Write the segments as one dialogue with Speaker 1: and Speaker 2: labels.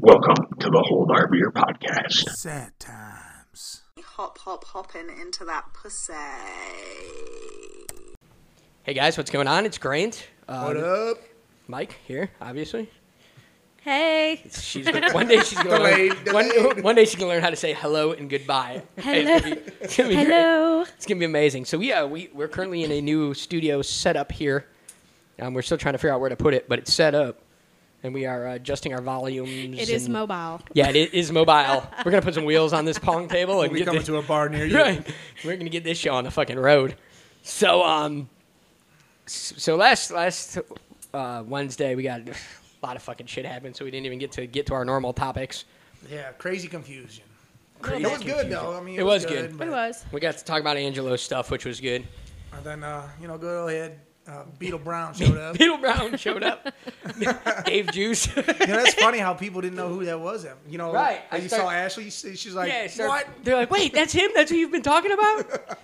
Speaker 1: Welcome to the Hold Our Beer podcast.
Speaker 2: Sad times.
Speaker 3: Hop, hop, hopping into that pussy.
Speaker 4: Hey guys, what's going on? It's Grant. Uh,
Speaker 2: What up?
Speaker 4: Mike here, obviously.
Speaker 5: Hey.
Speaker 4: She's gonna, one day she's gonna
Speaker 2: Delayed,
Speaker 4: learn, one,
Speaker 2: delayed.
Speaker 4: one day she's gonna learn how to say hello and goodbye.
Speaker 5: Hello.
Speaker 4: It's gonna be- it's gonna be great.
Speaker 5: Hello.
Speaker 4: It's gonna be amazing. So yeah, we we're currently in a new studio setup here. Um, we're still trying to figure out where to put it, but it's set up, and we are uh, adjusting our volumes.
Speaker 5: It is
Speaker 4: and-
Speaker 5: mobile.
Speaker 4: Yeah, it is mobile. we're gonna put some wheels on this pong table and
Speaker 2: We
Speaker 4: get
Speaker 2: coming
Speaker 4: thi-
Speaker 2: to a bar near you.
Speaker 4: Right. We're gonna get this show on the fucking road. So um, s- so last last uh, Wednesday we got a lot of fucking shit happened, so we didn't even get to get to our normal topics.
Speaker 2: Yeah, crazy confusion.
Speaker 4: Crazy
Speaker 2: it was good though. I mean, it,
Speaker 4: It
Speaker 2: was,
Speaker 4: was good.
Speaker 2: good. but-
Speaker 5: It was.
Speaker 4: We got to talk about Angelo's stuff, which was good.
Speaker 2: And then uh, you know, go ahead. Uh, Beetle Brown showed up. you
Speaker 4: Peter Brown showed up. Dave Juice.
Speaker 2: know, that's funny how people didn't know who that was. You know,
Speaker 4: Right,
Speaker 2: Like
Speaker 4: I
Speaker 2: you
Speaker 4: start-
Speaker 2: saw Ashley. she- She's like,
Speaker 4: yeah, sir.
Speaker 2: what?
Speaker 4: They're like, wait, that's him. That's who you've been talking about.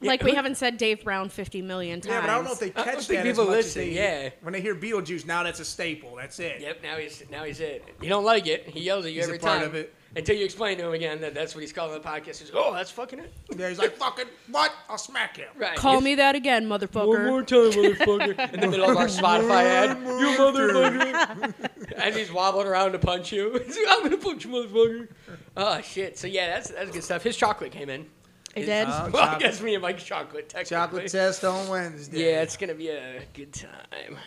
Speaker 5: Like we haven't said Dave Brown 50 million times.
Speaker 2: Yeah, but I don't know if they
Speaker 4: don't
Speaker 2: catch
Speaker 4: think
Speaker 2: that. as
Speaker 4: people
Speaker 2: much as
Speaker 4: listen,
Speaker 2: they-
Speaker 4: yeah.
Speaker 2: When they hear Beetlejuice, now that's a staple. That's it.
Speaker 4: yep. Now he's now he's it. You don't like it. He yells at you
Speaker 2: He's a
Speaker 4: every
Speaker 2: part
Speaker 4: time.
Speaker 2: of it.
Speaker 4: Until you explain to him again that that's what he's calling the podcast. He's oh, that's fucking it.
Speaker 2: Yeah, he's like, fucking what? I'll smack him.
Speaker 4: Right.
Speaker 5: Call
Speaker 4: It's-
Speaker 5: me that again, motherfucker.
Speaker 4: time, motherfucker. In the middle of our Spotify ad. You motherfucker. As he's wobbling around to punch you. He's like, I'm going to punch you, motherfucker. Oh, shit. So, yeah, that's, that's good stuff. His chocolate came in.
Speaker 5: It did.
Speaker 2: Uh,
Speaker 4: Well, I
Speaker 2: chocolate.
Speaker 4: guess me and Mike's chocolate, technically.
Speaker 2: Chocolate test on Wednesday.
Speaker 4: Yeah, it's going to be a good time.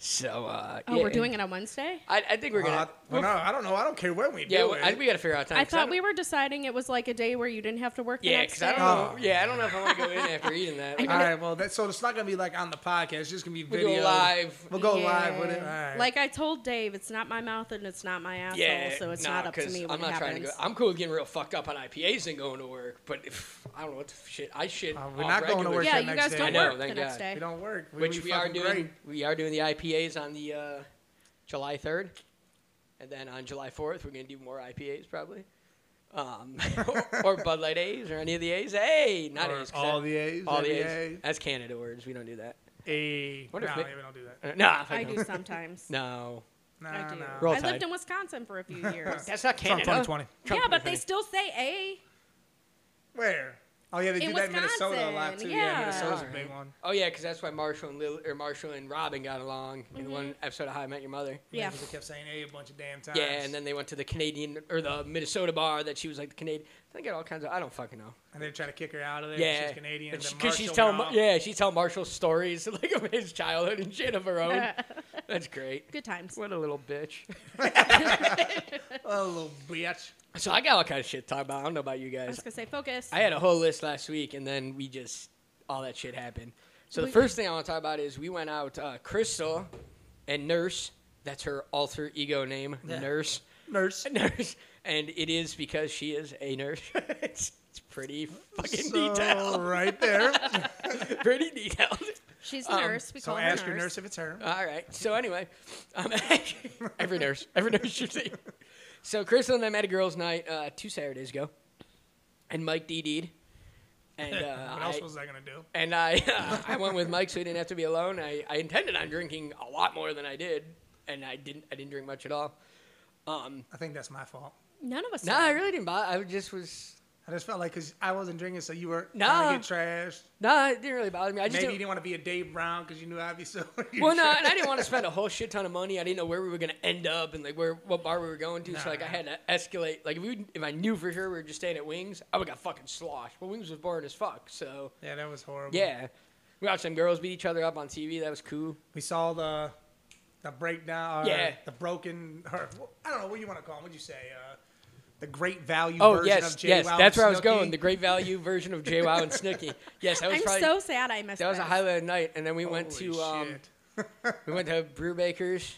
Speaker 4: So, uh.
Speaker 5: oh,
Speaker 4: yeah. Oh,
Speaker 5: we're doing it on Wednesday?
Speaker 4: I, I think we're going
Speaker 2: Uh,
Speaker 4: to.
Speaker 2: well, no, I don't know. I don't care when we
Speaker 4: yeah,
Speaker 2: do
Speaker 4: well, I,
Speaker 2: it.
Speaker 4: we got to figure out time.
Speaker 5: I
Speaker 4: 'cause
Speaker 5: thought we
Speaker 4: don't-
Speaker 5: were deciding it was like a day where you didn't have to work the
Speaker 4: Yeah,
Speaker 5: next
Speaker 4: because
Speaker 5: day.
Speaker 4: I don't
Speaker 2: Oh.
Speaker 4: know. Yeah, I don't know if I want to go in after eating that. Like,
Speaker 2: All right, well, that's, so it's not gonna be like on the podcast. It's just gonna be
Speaker 4: we
Speaker 2: video.
Speaker 4: go live.
Speaker 2: We'll go
Speaker 5: Yeah.
Speaker 2: live with it. All right.
Speaker 5: Like I told Dave, it's not my mouth and it's not my asshole, so it's
Speaker 4: nah,
Speaker 5: not up to
Speaker 4: 'cause
Speaker 5: me when
Speaker 4: I'm not
Speaker 5: it happens.
Speaker 4: trying to go. I'm cool with getting real fucked up on IPAs and going to work, but if I don't know what the f- shit I shit.
Speaker 2: Uh, we're
Speaker 4: on
Speaker 2: not going to
Speaker 4: regular
Speaker 2: work
Speaker 4: shit,
Speaker 5: yeah,
Speaker 2: that
Speaker 5: you
Speaker 2: next
Speaker 5: guys
Speaker 2: day.
Speaker 5: don't
Speaker 2: I know,
Speaker 5: work the
Speaker 4: thank
Speaker 5: next
Speaker 4: God.
Speaker 5: day.
Speaker 2: we don't work, we-
Speaker 4: which we, are
Speaker 2: fucking
Speaker 4: doing.
Speaker 2: great.
Speaker 4: We are doing the IPAs on the uh, July 3rd, and then on July 4th we're gonna do more IPAs probably, um, or Bud Light A's or any of the A's. Hey, not
Speaker 2: Or
Speaker 4: A's. 'cause
Speaker 2: all
Speaker 4: that-
Speaker 2: the A's,
Speaker 4: All the
Speaker 2: every
Speaker 4: A's.
Speaker 2: A's.
Speaker 4: That's Canada words. We don't do that.
Speaker 2: A. No,
Speaker 4: What if
Speaker 2: we
Speaker 4: they-
Speaker 2: don't do that.
Speaker 4: Uh, nah,
Speaker 5: I
Speaker 4: fuck
Speaker 5: do
Speaker 4: no.
Speaker 5: sometimes.
Speaker 4: No,
Speaker 2: No,
Speaker 5: I do.
Speaker 2: no.
Speaker 4: Roll
Speaker 5: I
Speaker 4: Tide.
Speaker 5: lived in Wisconsin for a few years.
Speaker 4: that's not
Speaker 2: Trump
Speaker 4: Canada.
Speaker 2: 2020.
Speaker 4: Trump
Speaker 5: yeah, but
Speaker 4: 2020.
Speaker 5: they still say A.
Speaker 2: Where? Oh yeah, they
Speaker 5: In
Speaker 2: do that in Minnesota a lot too.
Speaker 5: Wisconsin,
Speaker 2: Yeah,
Speaker 5: yeah.
Speaker 2: Minnesota's a
Speaker 4: Alright.
Speaker 2: big one.
Speaker 4: Oh yeah, 'cause that's why Marshall and Lil, or Marshall and Robin got along in the one episode of How I Met Your Mother.
Speaker 5: Yeah.
Speaker 2: Because they kept saying A a bunch of damn times.
Speaker 4: Yeah, and then they went to the Canadian or the Minnesota bar that she was like the Canadian. They got all kinds of I don't fucking know.
Speaker 2: and they try to kick her out of there.
Speaker 4: Yeah,
Speaker 2: she's Canadian.
Speaker 4: And
Speaker 2: then
Speaker 4: she- 'cause she's
Speaker 2: Marshall
Speaker 4: telling
Speaker 2: went
Speaker 4: Ma-
Speaker 2: off.
Speaker 4: yeah she's telling Marshall stories like of his childhood and shit of her own. That's great.
Speaker 5: Good times.
Speaker 4: What a little bitch.
Speaker 2: Oh little bitch.
Speaker 4: So I got all kinds of shit to talk about. I don't know about you
Speaker 5: I was
Speaker 4: guys.
Speaker 5: gonna say focus.
Speaker 4: I had a whole list last week, and then we just all that shit happened. So the
Speaker 5: We-
Speaker 4: first thing I want to talk about is we went out. Uh, Crystal and Nurse, that's her alter ego name, Nurse.
Speaker 2: Nurse.
Speaker 4: a nurse, and it is because she is a nurse. it's, it's pretty fucking
Speaker 2: So
Speaker 4: detailed.
Speaker 2: right there.
Speaker 4: Pretty detailed.
Speaker 5: She's a nurse. We
Speaker 2: Um, so
Speaker 5: call her
Speaker 2: ask your nurse if it's her.
Speaker 4: All right. So anyway, um, every nurse, every nurse you see. So Crystal and I met a girls' night uh, two Saturdays ago, and Mike DD'd, and uh,
Speaker 2: what else
Speaker 4: I,
Speaker 2: was I gonna do?
Speaker 4: and I I went with Mike so he didn't have to be alone. I, I intended on drinking a lot more than I did, and I didn't I didn't drink much at all. Um,
Speaker 2: I think that's my fault.
Speaker 5: None of us.
Speaker 4: no,
Speaker 5: are.
Speaker 4: I really didn't bother. I just was
Speaker 2: I just felt like because I wasn't drinking, so you were
Speaker 4: No.
Speaker 2: trying to get trashed.
Speaker 4: no, it didn't really bother me. I just
Speaker 2: Maybe you
Speaker 4: didn't-
Speaker 2: didn't want to be a Dave Brown because you knew I'd be so.
Speaker 4: Well, no, and I didn't want to spend a whole shit ton of money. I didn't know where we were gonna end up and like where what bar we were going to. So like I had to escalate. Like if we if I knew for sure we were just staying at Wings, I would got fucking sloshed. Well, Wings was boring as fuck. So
Speaker 2: Yeah, that was horrible.
Speaker 4: yeah, we watched some girls beat each other up on TV. That was cool.
Speaker 2: we saw the the breakdown. Or
Speaker 4: Yeah.
Speaker 2: the broken. Or, I don't know what you want to call. Them. What'd you say? Uh, the great value.
Speaker 4: Oh
Speaker 2: version
Speaker 4: yes,
Speaker 2: of JWoww
Speaker 4: yes,
Speaker 2: and
Speaker 4: that's where I was
Speaker 2: Snooki.
Speaker 4: going. The great value version of JWoww and Snooki. Yes, that was
Speaker 5: I'm
Speaker 4: probably
Speaker 5: so sad I missed
Speaker 4: that was a
Speaker 5: this.
Speaker 4: highlight of the night. And then we went
Speaker 2: Holy
Speaker 4: to um,
Speaker 2: shit.
Speaker 4: we went to Brewbaker's,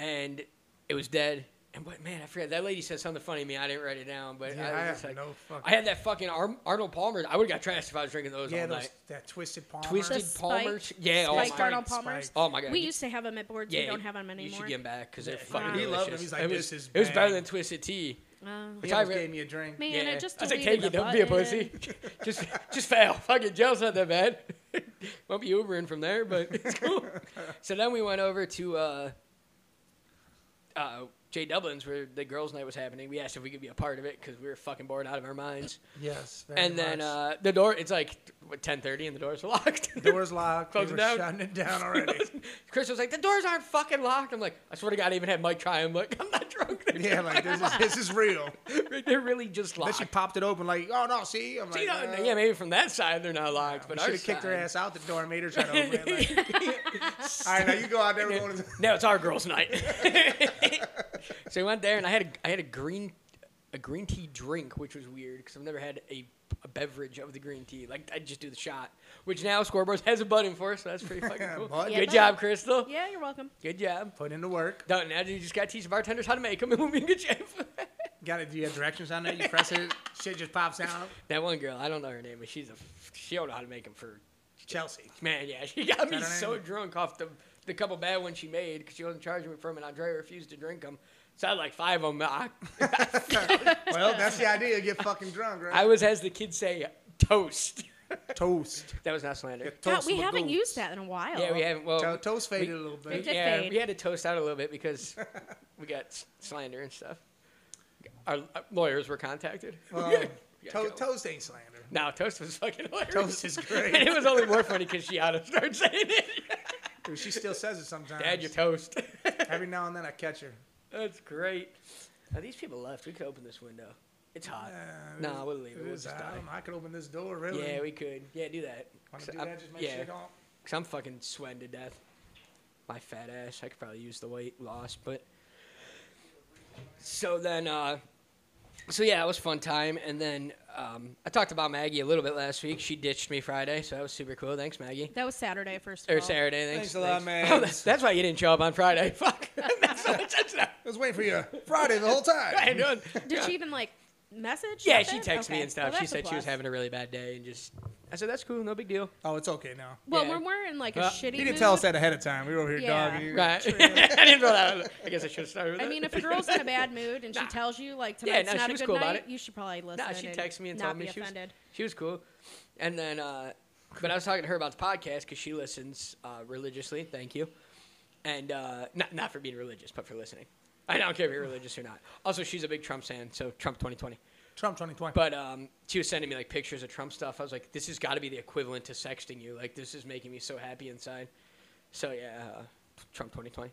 Speaker 4: and it was dead. And what man, I forgot that lady said something funny to me. I didn't write it down, but
Speaker 2: Yeah,
Speaker 4: I, was
Speaker 2: I
Speaker 4: just
Speaker 2: have
Speaker 4: like,
Speaker 2: no fucking-
Speaker 4: I had that fucking Ar- Arnold Palmer. I would have got trashed if I was drinking those
Speaker 2: Yeah,
Speaker 4: all
Speaker 2: those,
Speaker 4: night.
Speaker 2: that twisted palm.
Speaker 4: Twisted
Speaker 5: The
Speaker 4: Palmer,
Speaker 5: spike-
Speaker 4: yeah, oh
Speaker 5: Like
Speaker 4: my,
Speaker 2: Arnold
Speaker 5: Darnell Palmer's.
Speaker 2: Spike.
Speaker 4: oh my god,
Speaker 5: We used to have them at boards.
Speaker 4: yeah,
Speaker 5: we don't have them anymore.
Speaker 4: You should get them back because they're
Speaker 2: Yeah, he-
Speaker 4: fucking
Speaker 2: he
Speaker 4: delicious.
Speaker 2: loved them. He's like,
Speaker 4: it
Speaker 2: "This
Speaker 4: was,
Speaker 2: is
Speaker 4: it was better
Speaker 2: bang."
Speaker 4: than twisted tea.
Speaker 5: Oh.
Speaker 2: He
Speaker 4: Which I
Speaker 2: almost
Speaker 4: re-
Speaker 2: gave me a drink.
Speaker 5: man,
Speaker 4: yeah,
Speaker 5: I just
Speaker 4: I was like,
Speaker 5: deleted
Speaker 4: take it,
Speaker 5: the
Speaker 4: don't be a pussy.
Speaker 5: button.
Speaker 4: just, just fail. Fucking jail's not that bad. Won't be Ubering from there, but it's cool. so then we went over to uh, uh, Jay Dublin's where the girls' night was happening. We asked if we could be a part of it because we were fucking bored out of our minds.
Speaker 2: Yes. very
Speaker 4: and then
Speaker 2: much.
Speaker 4: uh, the door, it's like what, 10:30 and the doors are locked.
Speaker 2: doors locked.
Speaker 4: Close
Speaker 2: they were
Speaker 4: it down.
Speaker 2: shutting it down already.
Speaker 4: Chris was like, "The doors aren't fucking locked." I'm like, "I swear to God, I even had Mike try." I'm like, "I'm not drunk."
Speaker 2: yeah, like this is this is real.
Speaker 4: they're really just
Speaker 2: Then
Speaker 4: locked.
Speaker 2: she popped it open like, oh no, see, I'm
Speaker 4: So, you
Speaker 2: like,
Speaker 4: know,
Speaker 2: uh,
Speaker 4: yeah, maybe from that side they're not locked, but
Speaker 2: we
Speaker 4: our
Speaker 2: should have kicked her
Speaker 4: side-
Speaker 2: ass out the door and made her try to open it. Like, all right, now you go out there. We're going to the-
Speaker 4: No, it's our girls' night. so we went there, and I had a, I had a green a green tea drink, which was weird because I've never had a, a beverage of the green tea. Like I just do the shot, which now Scoreboards has a button for, so that's pretty fucking cool.
Speaker 2: Bud.
Speaker 5: Yeah,
Speaker 4: Good
Speaker 5: bud.
Speaker 4: job, Crystal.
Speaker 5: Yeah, you're welcome.
Speaker 4: Good job.
Speaker 2: Put into work.
Speaker 4: Done. Now you just got to teach bartenders how to make them, and we'll be in good shape.
Speaker 2: Got it. Do you have directions on it? You press it, shit just pops out.
Speaker 4: that one girl, I don't know her name, but she's a she don't know how to make them for
Speaker 2: Chelsea.
Speaker 4: Man, yeah, she got me
Speaker 2: Got her
Speaker 4: so
Speaker 2: name.
Speaker 4: drunk off the the couple bad ones she made because she wasn't charging me for them, and Andrea refused to drink them. So I had like five of them. I,
Speaker 2: Well, that's the idea. Get fucking drunk, right?
Speaker 4: I was, as the kids say, toast.
Speaker 2: toast.
Speaker 4: That was not slander.
Speaker 2: Get
Speaker 5: God,
Speaker 2: toast
Speaker 5: we
Speaker 2: my
Speaker 5: haven't
Speaker 2: goose.
Speaker 5: used that in a while.
Speaker 4: Yeah, we haven't. Well,
Speaker 2: To- toast faded a little
Speaker 5: It
Speaker 2: bit.
Speaker 5: did
Speaker 4: yeah,
Speaker 5: fade.
Speaker 4: we had to toast out a little bit because we got s- slander and stuff. Our uh, lawyers were contacted.
Speaker 2: Well,
Speaker 4: Yeah,
Speaker 2: to-
Speaker 4: Joe.
Speaker 2: toast ain't slander.
Speaker 4: no, toast was fucking hilarious.
Speaker 2: Toast is great.
Speaker 4: and it was only more funny because she out of started saying it.
Speaker 2: Dude, She still says it sometimes.
Speaker 4: Dad, your toast.
Speaker 2: Every now and then I catch her.
Speaker 4: That's great. Now, these people left. We could open this window. It's hot.
Speaker 2: Uh,
Speaker 4: Nah, we'll leave
Speaker 2: It
Speaker 4: it. We'll
Speaker 2: was,
Speaker 4: just
Speaker 2: I,
Speaker 4: die.
Speaker 2: don't know, I could open this door, really.
Speaker 4: Yeah, we could. Yeah, do that.
Speaker 2: Want
Speaker 4: 'Cause
Speaker 2: to do
Speaker 4: I'm-
Speaker 2: that? Just make
Speaker 4: yeah,
Speaker 2: sure don't.
Speaker 4: 'cause I'm fucking sweating to death. My fat ass. I could probably use the weight loss, but. So then, uh, so yeah, it was a fun time. And then um, I talked about Maggie a little bit last week. She ditched me Friday, so that was super cool. Thanks, Maggie.
Speaker 5: That was Saturday, first of
Speaker 4: Or
Speaker 5: all.
Speaker 4: Saturday. Thanks,
Speaker 2: Thanks a lot,
Speaker 4: thanks.
Speaker 2: Mags.
Speaker 4: Oh, that's, that's why you didn't show up on Friday. Fuck. that's, that's, that's,
Speaker 2: I was waiting for you Friday the whole time.
Speaker 4: I know.
Speaker 5: Did she even like message?
Speaker 4: Yeah, she
Speaker 5: nothing?
Speaker 4: texted me
Speaker 5: Okay.
Speaker 4: and stuff.
Speaker 5: Well,
Speaker 4: she
Speaker 5: that's a
Speaker 4: said she was
Speaker 5: plus.
Speaker 4: having a really bad day and just. I said that's cool, no big deal.
Speaker 2: Oh, it's okay now.
Speaker 5: Well,
Speaker 4: Yeah.
Speaker 5: when we're in like a
Speaker 4: Uh,
Speaker 5: shitty.
Speaker 2: He didn't
Speaker 5: mood-
Speaker 2: tell us that ahead of time. We were over here
Speaker 5: Yeah.
Speaker 2: dogging you.
Speaker 4: Right? I didn't know that. I guess I should have started with
Speaker 5: I
Speaker 4: that.
Speaker 5: mean, if a girl's in a bad mood and she tells you like
Speaker 4: Yeah,
Speaker 5: tonight's
Speaker 4: no, she
Speaker 5: not a
Speaker 4: was
Speaker 5: good
Speaker 4: cool
Speaker 5: night,
Speaker 4: about it.
Speaker 5: you should probably listen.
Speaker 4: Nah, she texted me and
Speaker 5: not
Speaker 4: told me
Speaker 5: be
Speaker 4: she was,
Speaker 5: offended.
Speaker 4: she was cool. And then, uh, but I was talking to her about the podcast because she listens uh, religiously. Thank you. And uh, not, not for being religious, but for listening. I don't care if you're religious or not. Also, she's a big Trump fan, so Trump 2020.
Speaker 2: Trump 2020.
Speaker 4: But um, she was sending me like pictures of Trump stuff. I was like, this has got to be the equivalent to sexting you. Like, this is making me so happy inside. So, yeah, uh, Trump 2020.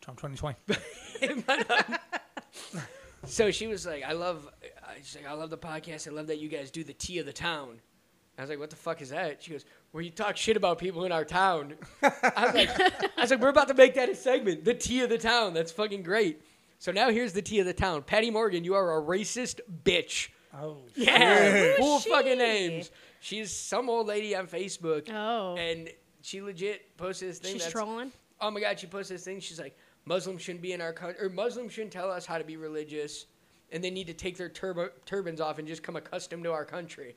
Speaker 2: Trump 2020.
Speaker 4: um, So she was like, "I love," I- she's like, "I love the podcast. I love that you guys do the tea of the town." I was like, "What the fuck is that?" She goes, "Where you talk shit about people in our town." I was like, "I was like, we're about to make that a segment, the tea of the town. That's fucking great." So now here's the tea of the town. Patty Morgan, you are a racist bitch.
Speaker 2: Oh,
Speaker 4: Yeah,
Speaker 5: Who
Speaker 4: full
Speaker 5: is she?
Speaker 4: fucking names. She's some old lady on Facebook.
Speaker 5: Oh.
Speaker 4: and she legit posted this thing.
Speaker 5: She's
Speaker 4: that's,
Speaker 5: trolling.
Speaker 4: oh my god, she posted this thing. She's like, Muslims shouldn't be in our country, or Muslims shouldn't tell us how to be religious, and they need to take their turbo- turbans off and just come accustomed to our country.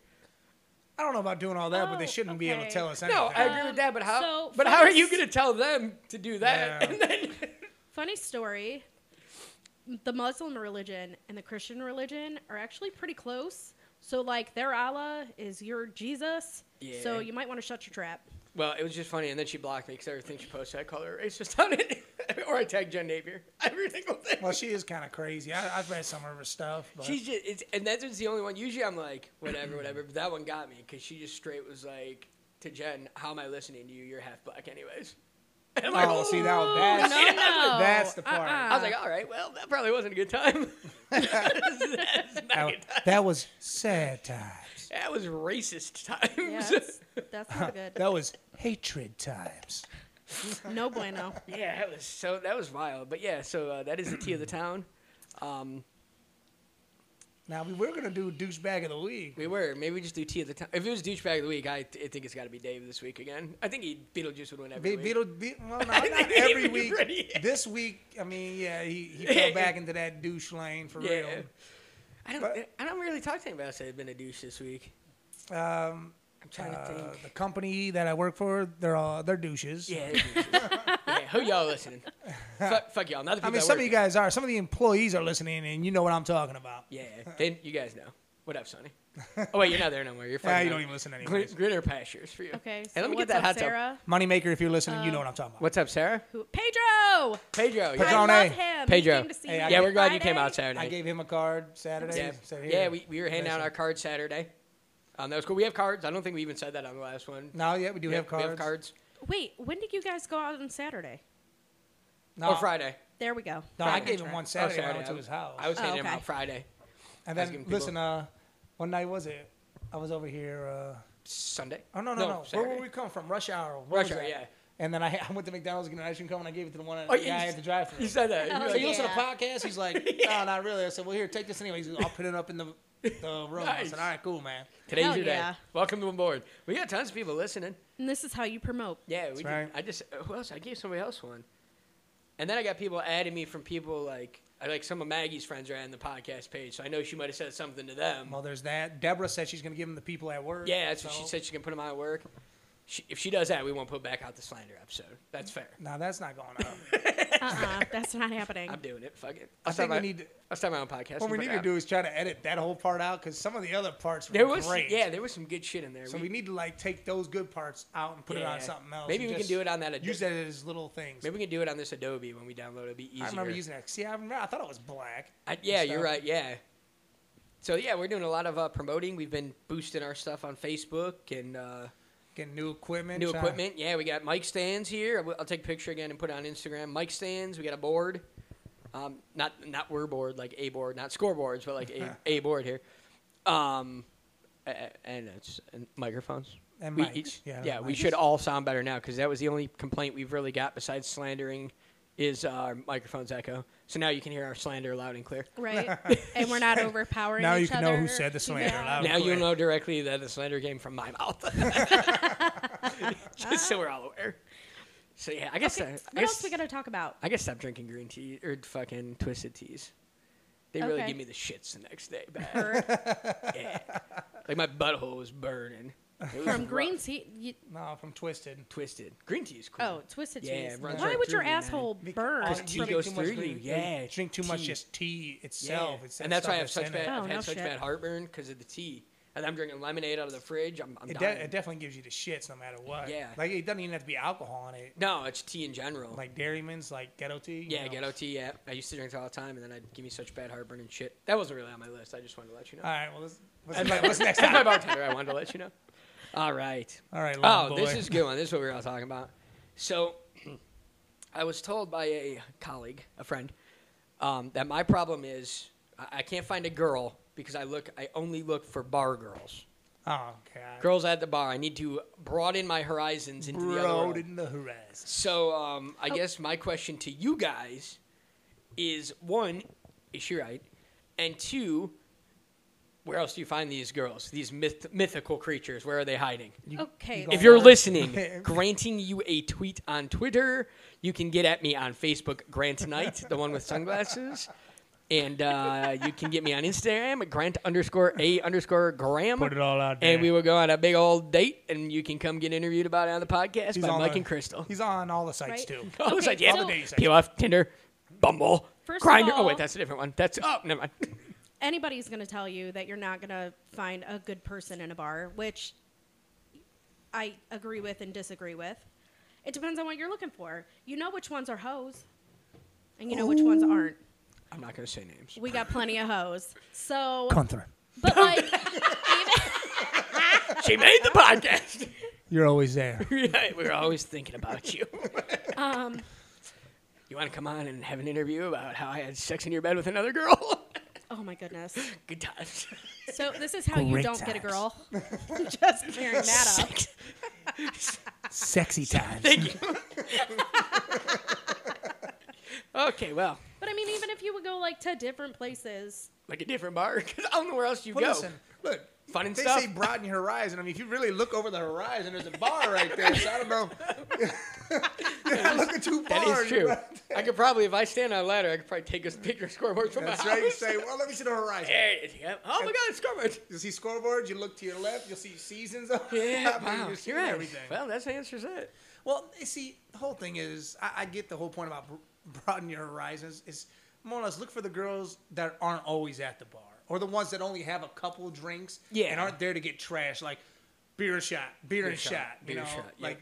Speaker 2: I don't know about doing all that, but they
Speaker 5: Oh,
Speaker 2: shouldn't be able to
Speaker 5: okay.
Speaker 2: tell us anything.
Speaker 4: No, I agree with that, but how?
Speaker 5: so
Speaker 4: but how are you
Speaker 5: first-
Speaker 4: going to tell them to do that?
Speaker 2: Yeah.
Speaker 4: And then,
Speaker 5: Funny story. The Muslim religion and the Christian religion are actually pretty close. So like their Allah is your Jesus.
Speaker 4: Yeah.
Speaker 5: So you might want to shut your trap.
Speaker 4: well, it was just funny, and then she blocked me because everything she posted, I called her a racist on it, or I tagged Jen Napier every single thing.
Speaker 2: well, she is kind of crazy. I, I've read some of her stuff. But
Speaker 4: She's just, it's, and that's just the only one. Usually I'm like, whatever, whatever. But that one got me because she just straight was like, to Jen, how am I listening to you? You're half black, anyways. And I'm like,
Speaker 2: oh, see now that's
Speaker 5: no, no.
Speaker 2: that's the part.
Speaker 5: Uh-uh.
Speaker 4: I was like, all right, well, that probably wasn't a good time. That's not
Speaker 2: Now,
Speaker 4: a good time.
Speaker 2: that was sad times.
Speaker 4: That was racist times.
Speaker 5: Yeah, that's, that's not good.
Speaker 2: That was hatred times.
Speaker 5: No bueno.
Speaker 4: yeah, that was so that was wild. But yeah, so uh, that is the tea of the town. Um,
Speaker 2: Now we were gonna do douchebag of the week.
Speaker 4: we were maybe we just do tea of the town. If it was douchebag of the week, I, I think it's got to be Dave this week again. I think he Beetlejuice would win every
Speaker 2: Be-
Speaker 4: week.
Speaker 2: Beetle, be, well, no, not every week. This week, I mean, yeah, he, he fell back into that douche lane for
Speaker 4: Yeah.
Speaker 2: real.
Speaker 4: I don't.
Speaker 2: But-
Speaker 4: I don't really talk to anybody else that's been a douche this week.
Speaker 2: Um,
Speaker 4: I'm trying
Speaker 2: uh,
Speaker 4: to think.
Speaker 2: the company that I work for, they're all they're douches.
Speaker 4: Yeah, they're douches. yeah. Who y'all listening? fuck, fuck y'all. Not the
Speaker 2: I
Speaker 4: people
Speaker 2: mean,
Speaker 4: that
Speaker 2: some of
Speaker 4: work
Speaker 2: you
Speaker 4: there.
Speaker 2: guys are. Some of the employees are listening, and you know what I'm talking about.
Speaker 4: Yeah, then you guys know. What up, Sonny? Oh wait, you're not there no more. You're fucking.
Speaker 2: Nah, you
Speaker 4: out.
Speaker 2: don't even listen
Speaker 4: Gre-
Speaker 2: anyways.
Speaker 4: greener pastures for you.
Speaker 5: Okay. So
Speaker 4: Hey, let me
Speaker 5: what's
Speaker 4: get that hot
Speaker 5: up,
Speaker 4: tub.
Speaker 5: Sarah?
Speaker 2: Moneymaker, if you're listening, you know what I'm talking about.
Speaker 4: What's up, Sarah?
Speaker 5: Who, Pedro.
Speaker 4: Pedro. Yeah,
Speaker 5: I
Speaker 2: Pedro. Pagone.
Speaker 5: love him.
Speaker 4: Pedro.
Speaker 5: He came to see
Speaker 2: Hey,
Speaker 5: me
Speaker 2: I-
Speaker 5: on
Speaker 4: yeah we're glad you
Speaker 5: Friday.
Speaker 4: came out Saturday.
Speaker 2: I gave him a card Saturday.
Speaker 4: yeah,
Speaker 2: Said, "Here."
Speaker 4: yeah we, we were handing out
Speaker 2: Listen.
Speaker 4: our cards Saturday. Um, that was cool. We have cards. I don't think we even said that on the last one.
Speaker 2: No, yeah, we do
Speaker 4: We
Speaker 2: have cards.
Speaker 4: We have cards.
Speaker 5: Wait, when did you guys go out on Saturday?
Speaker 2: No,
Speaker 4: Or Friday.
Speaker 5: There we go.
Speaker 2: No, I gave him one
Speaker 4: Oh,
Speaker 2: Saturday, when I went to his house.
Speaker 4: I was
Speaker 5: Oh,
Speaker 4: handing him
Speaker 5: okay.
Speaker 4: out Friday.
Speaker 2: and
Speaker 4: I was
Speaker 2: then
Speaker 4: giving people-
Speaker 2: listen, uh, one night was it? I was over here. Uh,
Speaker 4: Sunday.
Speaker 2: oh no, no, no. Where
Speaker 4: Saturday.
Speaker 2: were we coming from? Rush hour. What
Speaker 4: Rush
Speaker 2: was
Speaker 4: hour,
Speaker 2: that?
Speaker 4: yeah.
Speaker 2: And then I, I went to McDonald's to get an ice cream cone, and I gave it to the one
Speaker 4: Oh,
Speaker 2: guy
Speaker 4: yeah, you
Speaker 2: at
Speaker 4: s-
Speaker 2: the drive
Speaker 4: You
Speaker 2: through
Speaker 4: said that.
Speaker 5: Oh,
Speaker 2: So
Speaker 4: You're
Speaker 2: you
Speaker 4: like,
Speaker 2: listen to
Speaker 5: Yeah.
Speaker 2: podcasts? He's like, no, not really. I said, well, here, take this anyway. He's like, I'll put it up in the, the room. I
Speaker 4: Nice.
Speaker 2: said, all right, cool, man.
Speaker 4: Today's
Speaker 5: Hell
Speaker 4: your day.
Speaker 5: yeah.
Speaker 4: Welcome to board. We got tons of people listening.
Speaker 5: And this is how you promote.
Speaker 4: Yeah, we. Did,
Speaker 2: right.
Speaker 4: I just uh, who else? I gave somebody else one, and then I got people adding me from people like I like some of Maggie's friends are adding the podcast page, so I know she might have said something to them.
Speaker 2: Well, there's that. Deborah said she's going to give him the people at work.
Speaker 4: Yeah, that's what
Speaker 2: so-
Speaker 4: she said. She can put them out at work. She, if she does that, we won't put back out the slander episode. That's fair.
Speaker 2: No, that's not going on.
Speaker 5: Uh-uh. that's not happening.
Speaker 4: I'm doing it. Fuck it.
Speaker 2: I
Speaker 4: I'll start
Speaker 2: think
Speaker 4: my,
Speaker 2: we need to,
Speaker 4: I'll start my own podcast.
Speaker 2: what
Speaker 4: and
Speaker 2: we
Speaker 4: put it
Speaker 2: need to
Speaker 4: out.
Speaker 2: do is try to edit that whole part out because some of the other parts were
Speaker 4: There was
Speaker 2: great.
Speaker 4: yeah, there was some good shit in there.
Speaker 2: So we need to like take those good parts out and put it
Speaker 4: Yeah.
Speaker 2: on something else.
Speaker 4: Maybe
Speaker 2: and
Speaker 4: we can
Speaker 2: just
Speaker 4: do it on that ad-
Speaker 2: Use that as little things.
Speaker 4: maybe we can do it on this Adobe when we download. it. It'll be easier.
Speaker 2: I remember using that. See, I remember. I thought it was black.
Speaker 4: I, yeah,
Speaker 2: and
Speaker 4: you're
Speaker 2: stuff.
Speaker 4: right. Yeah. So yeah, we're doing a lot of uh, promoting. We've been boosting our stuff on Facebook and uh,
Speaker 2: Getting new equipment. uh,
Speaker 4: new
Speaker 2: trying-
Speaker 4: equipment. Yeah, we got mic stands here. I will- I'll take a picture again and put it on Instagram. Mic stands. We got a board. Um, not not we're board like a board, not scoreboards, but like a, a board here. Um, a- a- and it's and microphones.
Speaker 2: And
Speaker 4: we
Speaker 2: mics.
Speaker 4: each,
Speaker 2: Yeah,
Speaker 4: yeah,
Speaker 2: mics.
Speaker 4: we should all sound better now because that was the only complaint we've really got besides slandering is uh, our microphones echo. So now you can hear our slander loud and clear.
Speaker 5: right? and we're not overpowering
Speaker 2: Now you
Speaker 5: each
Speaker 2: can know who
Speaker 5: other.
Speaker 2: said the slander
Speaker 5: Yeah.
Speaker 2: loud.
Speaker 4: Now you'll
Speaker 2: Correct.
Speaker 4: know directly that the slander came from my mouth. Just so we're all aware. So yeah, I guess
Speaker 5: Okay,
Speaker 4: uh, I
Speaker 5: what else
Speaker 4: guess
Speaker 5: we gotta talk about?
Speaker 4: I gotta stop drinking green tea or fucking twisted teas. They really
Speaker 5: Okay.
Speaker 4: give me the shits the next day. Bad.
Speaker 5: Or-
Speaker 4: yeah. Like my butthole was burning. It was
Speaker 5: From
Speaker 4: rough.
Speaker 5: green tea. You,
Speaker 2: No, from Twisted.
Speaker 4: twisted green tea is cool.
Speaker 5: oh, twisted
Speaker 4: Yeah,
Speaker 5: teas.
Speaker 4: it
Speaker 5: Why
Speaker 4: runs right
Speaker 5: would your
Speaker 4: through you, man.
Speaker 5: asshole burn?
Speaker 2: Oh,
Speaker 4: Because
Speaker 2: you
Speaker 4: tea
Speaker 2: drink
Speaker 4: goes
Speaker 2: too much
Speaker 4: through
Speaker 2: green-
Speaker 4: you, yeah,
Speaker 2: you Drink too much
Speaker 4: tea.
Speaker 2: just tea
Speaker 4: yeah.
Speaker 2: itself. It's that
Speaker 4: and that's why I
Speaker 2: stuff
Speaker 4: have such
Speaker 2: in it.
Speaker 4: bad.
Speaker 5: Oh,
Speaker 4: I've
Speaker 5: no
Speaker 4: had such
Speaker 5: shit.
Speaker 4: bad heartburn because of the tea. And I'm drinking lemonade out of the fridge. I'm, I'm
Speaker 2: It,
Speaker 4: dying.
Speaker 2: de- it definitely gives you the shits no matter what.
Speaker 4: Yeah.
Speaker 2: Like it doesn't even have to be alcohol in it.
Speaker 4: no, it's tea in general.
Speaker 2: Like Dairyman's, like ghetto tea. you
Speaker 4: Yeah,
Speaker 2: know.
Speaker 4: ghetto tea. Yeah, I used to drink it all the time, and then I'd give me such bad heartburn and shit. That wasn't really on my list. I just wanted to let you know.
Speaker 2: All right. Well, let's, what's, what's next?
Speaker 4: That's my bartender. I wanted to let you know. All right.
Speaker 2: All right.
Speaker 4: Oh,
Speaker 2: Long boy.
Speaker 4: this is a good one. This is what we were all talking about. So, I was told by a colleague, a friend, um, that my problem is I, I can't find a girl because I look, I only look for bar girls,
Speaker 2: Oh god.
Speaker 4: girls at the bar. I need to broaden my horizons into the other world.
Speaker 2: Broaden the horizon.
Speaker 4: So um,
Speaker 2: Oh.
Speaker 4: I guess my question to you guys is one, is she right? And two, where else do you find these girls, these myth- mythical creatures? Where are they hiding?
Speaker 5: okay.
Speaker 2: you
Speaker 4: If
Speaker 2: If
Speaker 4: you're
Speaker 2: Lord.
Speaker 4: listening, granting you a tweet on Twitter, you can get at me on Facebook, Grant Knight, the one with sunglasses. And uh, you can get me on Instagram at Grant underscore A underscore Graham.
Speaker 2: Put it all out there.
Speaker 4: And we will go on a big old date, and you can come get interviewed about it on the podcast by
Speaker 2: on
Speaker 4: Mike
Speaker 2: the-
Speaker 4: and Crystal.
Speaker 2: He's on all the sites
Speaker 5: Right?
Speaker 2: too.
Speaker 4: I was
Speaker 5: Okay,
Speaker 4: like, yeah,
Speaker 5: so-
Speaker 2: dating sites.
Speaker 4: PLF, Tinder, Bumble,
Speaker 5: First of
Speaker 4: Grinder. Oh
Speaker 5: all-
Speaker 4: wait, that's a different one. That's oh, never mind.
Speaker 5: anybody's going to tell you that you're not going to find a good person in a bar, which I agree with and disagree with. It depends on what you're looking for. You know which ones are hoes, and you know which ones aren't.
Speaker 4: I'm not gonna say names.
Speaker 5: We got plenty of hoes. So,
Speaker 2: Gunther,
Speaker 5: but like, even,
Speaker 4: She made the podcast.
Speaker 2: you're always there.
Speaker 4: Yeah, we were always thinking about you.
Speaker 5: um,
Speaker 4: You want to come on and have an interview about how I had sex in your bed with another girl?
Speaker 5: oh my goodness.
Speaker 4: Good times.
Speaker 5: So this is how you
Speaker 2: Great
Speaker 5: don't get a
Speaker 2: times.
Speaker 5: girl. Just clearing that up.
Speaker 2: Sexy times.
Speaker 4: Okay, well,
Speaker 5: But I mean, even if you would go like to different places,
Speaker 4: like a different bar because I don't know where else you
Speaker 2: Well,
Speaker 4: go.
Speaker 2: listen, look.
Speaker 4: Fun and
Speaker 2: they
Speaker 4: stuff.
Speaker 2: say broaden your horizon. I mean, if you really look over the horizon, there's a bar right there. So I don't know. You're not looking too far.
Speaker 4: that is
Speaker 2: You're
Speaker 4: true.
Speaker 2: not-
Speaker 4: I could probably, if I stand on a ladder, I could probably take a picture of scoreboards from
Speaker 2: That's
Speaker 4: my
Speaker 2: right. You
Speaker 4: house.
Speaker 2: say, well, let me see the horizon.
Speaker 4: Hey, yeah. Oh my God, scoreboards.
Speaker 2: You see scoreboards. You look to your left. You'll see seasons. up.
Speaker 4: Yeah,
Speaker 2: I mean,
Speaker 4: wow.
Speaker 2: You're
Speaker 4: You're
Speaker 2: seeing
Speaker 4: right.
Speaker 2: everything.
Speaker 4: Well, that answers it.
Speaker 2: Well, you see, the whole thing is I, I get the whole point about bro- broaden your horizons. Is more or less look for the girls that aren't always at the bar. or the ones that only have a couple drinks
Speaker 4: Yeah.
Speaker 2: and aren't there to get trashed, like beer shot, beer, and
Speaker 4: shot,
Speaker 2: shot, you
Speaker 4: beer
Speaker 2: know,
Speaker 4: shot, yeah.
Speaker 2: like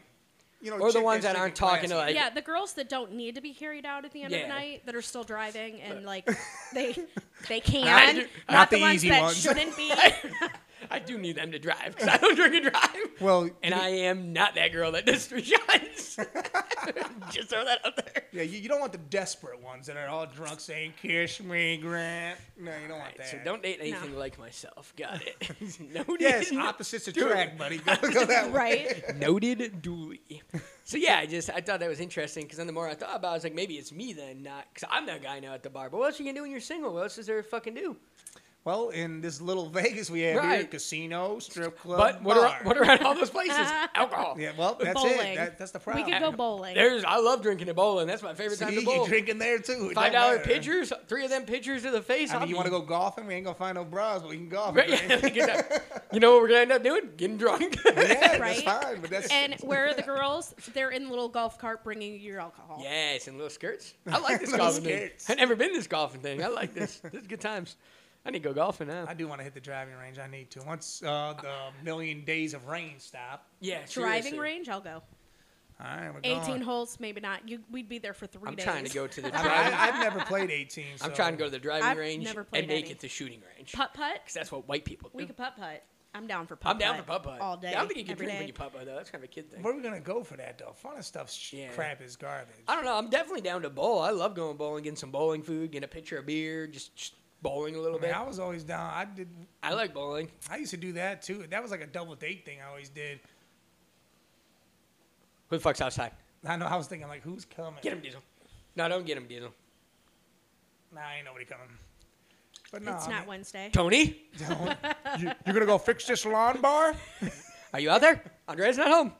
Speaker 2: you know,
Speaker 4: Or the
Speaker 2: chick
Speaker 4: ones
Speaker 2: that's
Speaker 4: that aren't
Speaker 2: drinking
Speaker 4: talking to,
Speaker 2: classy.
Speaker 4: like-
Speaker 5: yeah, the girls that don't need to be carried out at the end of
Speaker 4: Yeah.
Speaker 5: the night that are still driving and like they they can
Speaker 4: Not
Speaker 5: not,
Speaker 4: the-
Speaker 2: not
Speaker 5: the,
Speaker 2: the
Speaker 5: ones
Speaker 2: easy
Speaker 5: that
Speaker 2: ones.
Speaker 5: shouldn't be.
Speaker 4: I do need them to drive because I don't drink and drive.
Speaker 2: Well,
Speaker 4: and I am not that girl that does three shots. Just throw that out there.
Speaker 2: yeah, you, you don't want the desperate ones that are all drunk saying "kiss me, Grant." No, you don't want that.
Speaker 4: So don't date anything
Speaker 5: No.
Speaker 4: like myself. Got it. Noted.
Speaker 2: Yes, opposites attract, buddy. Go, go that way.
Speaker 5: right?
Speaker 4: Noted duly. So yeah, I just I thought that was interesting because then the more I thought about, it, I was like, maybe it's me then, not because I'm that guy now at the bar. But what else you can do when you're single? What else is there to fucking do?
Speaker 2: Well, in this little Vegas we have here,
Speaker 4: Right.
Speaker 2: casino, strip club,
Speaker 4: but what
Speaker 2: bar.
Speaker 4: are what are at all those places? Alcohol.
Speaker 2: Yeah, well, that's
Speaker 5: bowling.
Speaker 2: it. That, that's the
Speaker 5: We
Speaker 2: problem.
Speaker 5: could go bowling.
Speaker 4: There's I love drinking at bowling. That's my favorite time
Speaker 2: See,
Speaker 4: to
Speaker 2: you
Speaker 4: bowl.
Speaker 2: drinking there too. It
Speaker 4: Five
Speaker 2: don't
Speaker 4: dollar
Speaker 2: matter.
Speaker 4: pitchers, three of them pitchers to the face.
Speaker 2: I
Speaker 4: I'll
Speaker 2: mean, you want
Speaker 4: be-
Speaker 2: to go golfing? We ain't gonna find no bras, but we can golf.
Speaker 4: Right, yeah, like, it's a- you know what we're gonna end up doing? Getting drunk.
Speaker 2: yeah,
Speaker 5: Right?
Speaker 2: that's fine. But that's
Speaker 5: And where are the girls? They're in the little golf cart bringing you your alcohol.
Speaker 4: yes, and little skirts. I like this
Speaker 2: Little
Speaker 4: golfing thing.
Speaker 2: skirts.
Speaker 4: I've never been this golfing thing. I like this. This is good times. I need to go golfing now.
Speaker 2: I do want to hit the driving range. I need to. Once uh, the million days of rain stop.
Speaker 4: yeah, seriously.
Speaker 5: Driving range, I'll go.
Speaker 2: All right, we're going.
Speaker 5: 18 holes, maybe not. You, we'd be there for 3
Speaker 4: I'm
Speaker 5: days.
Speaker 4: trying to go to the
Speaker 2: I mean,
Speaker 4: driving.
Speaker 2: I, I've never played 18.
Speaker 4: I'm
Speaker 2: so-
Speaker 4: trying to go to the driving
Speaker 5: I've
Speaker 4: range
Speaker 5: never played
Speaker 4: and make
Speaker 5: any.
Speaker 4: it the shooting range.
Speaker 5: putt putt.
Speaker 4: Cause that's what white people do.
Speaker 5: We could putt putt. I'm down for putt.
Speaker 4: I'm down for putt putt
Speaker 5: all day.
Speaker 4: I don't think you can
Speaker 5: every
Speaker 4: drink
Speaker 5: day.
Speaker 4: when you putt putt though. That's kind of a kid thing.
Speaker 2: Where are we gonna go for that though? Fun and stuff. sh-
Speaker 4: Yeah.
Speaker 2: Crap is garbage.
Speaker 4: I don't know. I'm definitely down to bowl. I love going bowling, getting some bowling food, getting a pitcher of beer, just, just bowling a little
Speaker 2: I mean,
Speaker 4: bit.
Speaker 2: I was always down. I did.
Speaker 4: I like bowling.
Speaker 2: I used to do that too. That was like a double date thing I always did.
Speaker 4: Who the fuck's outside?
Speaker 2: I know. I was thinking like, who's coming?
Speaker 4: Get him, Diesel. No, don't get him, Diesel.
Speaker 2: Nah, ain't nobody coming. But no,
Speaker 5: it's
Speaker 2: I
Speaker 5: not
Speaker 2: mean,
Speaker 5: Wednesday.
Speaker 4: Tony,
Speaker 2: you, you're gonna go fix this lawn bar?
Speaker 4: are you out there? Andre's not home.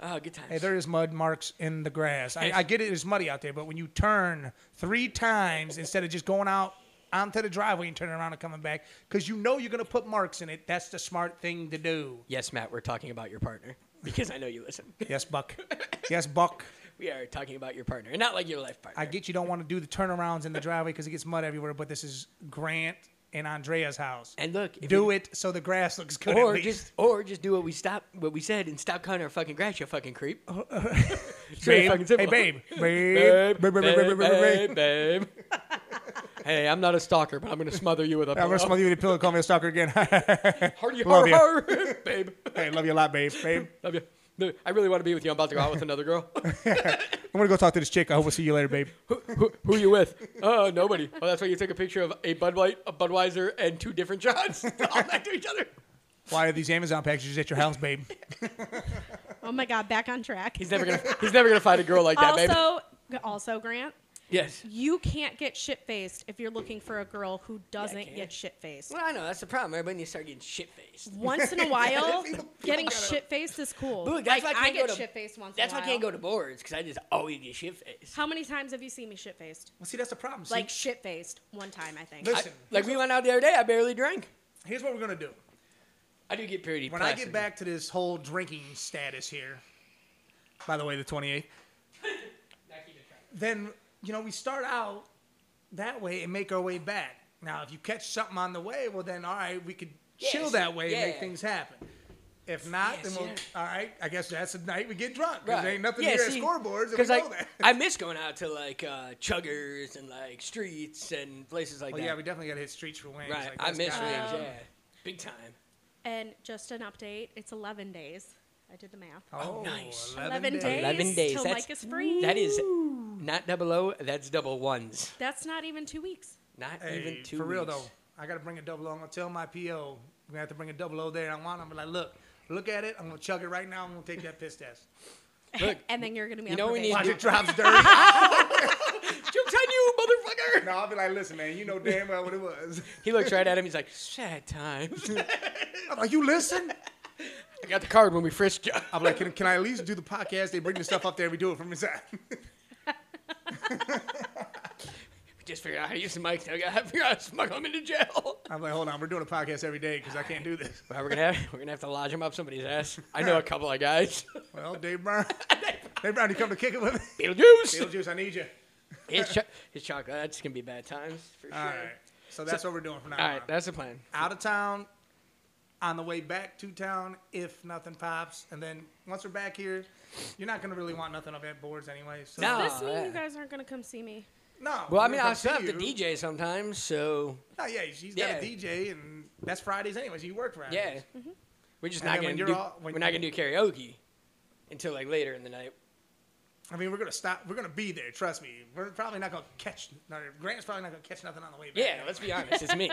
Speaker 4: Oh, good times.
Speaker 2: Hey, there is mud marks in the grass. I, I get it, it's muddy out there, but when you turn three times instead of just going out onto the driveway and turning around and coming back, because you know you're going to put marks in it, that's the smart thing to do.
Speaker 4: yes, Matt, we're talking about your partner because I know you listen.
Speaker 2: Yes, Buck. yes, Buck.
Speaker 4: we are talking about your partner and not like your life partner.
Speaker 2: I get you don't want to do the turnarounds in the driveway because it gets mud everywhere, but this is Grant and Andrea's house.
Speaker 4: and look, if
Speaker 2: do
Speaker 4: you-
Speaker 2: it so the grass looks good. at
Speaker 4: or
Speaker 2: least.
Speaker 4: just or just do what we stop what we said and stop calling her fucking grass, you fucking creep. Straight
Speaker 2: Oh,
Speaker 4: fucking
Speaker 2: babe. Hey,
Speaker 4: simple.
Speaker 2: babe.
Speaker 4: babe,
Speaker 2: Babe.
Speaker 4: babe,
Speaker 2: Babe, babe, babe,
Speaker 4: babe,
Speaker 2: babe,
Speaker 4: babe. hey, I'm not a stalker, but I'm gonna smother you with a
Speaker 2: I'm
Speaker 4: pillow.
Speaker 2: going to smother you with a pillow. Call me a stalker again.
Speaker 4: Hardy,
Speaker 2: Love
Speaker 4: har, har, babe.
Speaker 2: hey, love you a lot, babe. Babe.
Speaker 4: Love you. No, I really want to be with you. I'm about to go out with another girl.
Speaker 2: I'm gonna go talk to this chick. I hope we'll see you later, babe.
Speaker 4: who, who, who you with? Oh, nobody. Well, that's why you took a picture of a Bud Light, a Budweiser, and two different shots all back to each other.
Speaker 2: Why are these Amazon packages at your house, babe?
Speaker 5: Oh my God, back on track.
Speaker 4: He's never gonna. He's never gonna find a girl like that, babe.
Speaker 5: also, also Grant,
Speaker 4: Yes.
Speaker 5: you can't get shit faced if you're looking for a girl who doesn't
Speaker 4: can.
Speaker 5: get shit faced.
Speaker 4: Well, I know that's the problem. Everybody needs to start getting shit faced.
Speaker 5: Once in a while, getting shit faced is cool.
Speaker 4: Ooh, that's why I
Speaker 5: like,
Speaker 4: can't go
Speaker 5: get
Speaker 4: to-
Speaker 5: shit faced once
Speaker 4: That's
Speaker 5: in
Speaker 4: why
Speaker 5: a
Speaker 4: I
Speaker 5: while.
Speaker 4: can't go to boards because I just always get shit faced.
Speaker 5: How many times have you seen me shit faced?
Speaker 2: Well, see, that's the problem. See,
Speaker 5: Like shit faced one time, I think.
Speaker 2: Listen.
Speaker 4: Like we went out the other day, I barely drank.
Speaker 2: here's what we're gonna do.
Speaker 4: I do get pretty.
Speaker 2: When I get back to this whole drinking status here, by the way, the 28th, then you know we start out that way and make our way back. Now, if you catch something on the way, well, then all right, we could chill
Speaker 4: Yes.
Speaker 2: that way and
Speaker 4: Yeah.
Speaker 2: make things happen. If not,
Speaker 4: Yes,
Speaker 2: then we'll,
Speaker 4: yeah.
Speaker 2: all right. I guess that's the night we get drunk. 'cause there ain't nothing
Speaker 4: Yeah,
Speaker 2: here
Speaker 4: see,
Speaker 2: at scoreboards. and we
Speaker 4: Cause I,
Speaker 2: know that.
Speaker 4: I miss going out to like uh, chuggers and like streets and places like
Speaker 2: Well,
Speaker 4: that.
Speaker 2: Oh, yeah, we definitely gotta hit streets for wings.
Speaker 4: right.
Speaker 2: Like,
Speaker 4: I
Speaker 2: that's
Speaker 4: miss
Speaker 2: gotta-
Speaker 4: wings. Yeah. Big time.
Speaker 5: And just an update, it's 11 days. I did the math.
Speaker 2: Oh,
Speaker 4: nice.
Speaker 5: 11 days,
Speaker 4: 11 days,
Speaker 5: till
Speaker 4: that's-
Speaker 5: Mike is free.
Speaker 4: That is not double O. That's double ones.
Speaker 5: That's not even two weeks.
Speaker 4: Not
Speaker 2: Hey,
Speaker 4: even two.
Speaker 2: for real
Speaker 4: weeks.
Speaker 2: though, I gotta bring a double O. I'm gonna tell my PO we're gonna have to bring a double O there. I want. I'm like, look, look at it. I'm gonna chug it right now. I'm gonna take that piss test.
Speaker 4: Look,
Speaker 5: And then you're going to be
Speaker 4: You
Speaker 5: on
Speaker 4: know we need-
Speaker 5: probation.
Speaker 2: Watch it drops dirty.
Speaker 4: jokes on you, motherfucker.
Speaker 2: no, I'll be like, listen, man, you know damn well what it was.
Speaker 4: He looks right at him. He's like, sad times.
Speaker 2: I'm like, you listen.
Speaker 4: I got the card when we frisked you.
Speaker 2: I'm like, can, can I at least do the podcast? They bring the stuff up there. We do it from inside.
Speaker 4: Just figured out how to use the mic. Now I gotta figure out how to smuggle him into jail.
Speaker 2: I'm like, hold on, we're doing a podcast every day because I can't do this.
Speaker 4: Well, we're gonna have we're gonna have to lodge him up somebody's ass. I know a couple of guys.
Speaker 2: Well, Dave Brown, Dave Brown, you come to kick it with me.
Speaker 4: Beetlejuice.
Speaker 2: Beetlejuice, I need you.
Speaker 4: His, cho- his chocolate. That's gonna be bad times for sure.
Speaker 2: All right. So that's what we're doing from now
Speaker 4: All right,
Speaker 2: on.
Speaker 4: that's the plan.
Speaker 2: Out of town, on the way back to town, if nothing pops, and then once we're back here, you're not gonna really want nothing up at boards anyway. So
Speaker 4: No.
Speaker 5: This
Speaker 4: Oh,
Speaker 5: mean
Speaker 4: yeah.
Speaker 5: you guys aren't gonna come see me.
Speaker 2: no.
Speaker 4: Well, I
Speaker 2: we're
Speaker 4: mean,
Speaker 2: gonna
Speaker 4: I still
Speaker 2: see
Speaker 4: have to
Speaker 2: you.
Speaker 4: DJ sometimes, so
Speaker 2: No, yeah, she's got
Speaker 4: Yeah.
Speaker 2: a DJ, and that's Fridays anyways. You work Fridays.
Speaker 4: yeah, we're just
Speaker 2: And
Speaker 4: not
Speaker 2: then
Speaker 4: gonna
Speaker 2: when you're
Speaker 4: do,
Speaker 2: all- when-
Speaker 4: we're not gonna do karaoke until like later in the night.
Speaker 2: I mean, we're gonna stop. We're gonna be there. Trust me. We're probably not gonna catch. No, Grant's probably not gonna catch nothing on the way back.
Speaker 4: Yeah, let's be honest, it's me.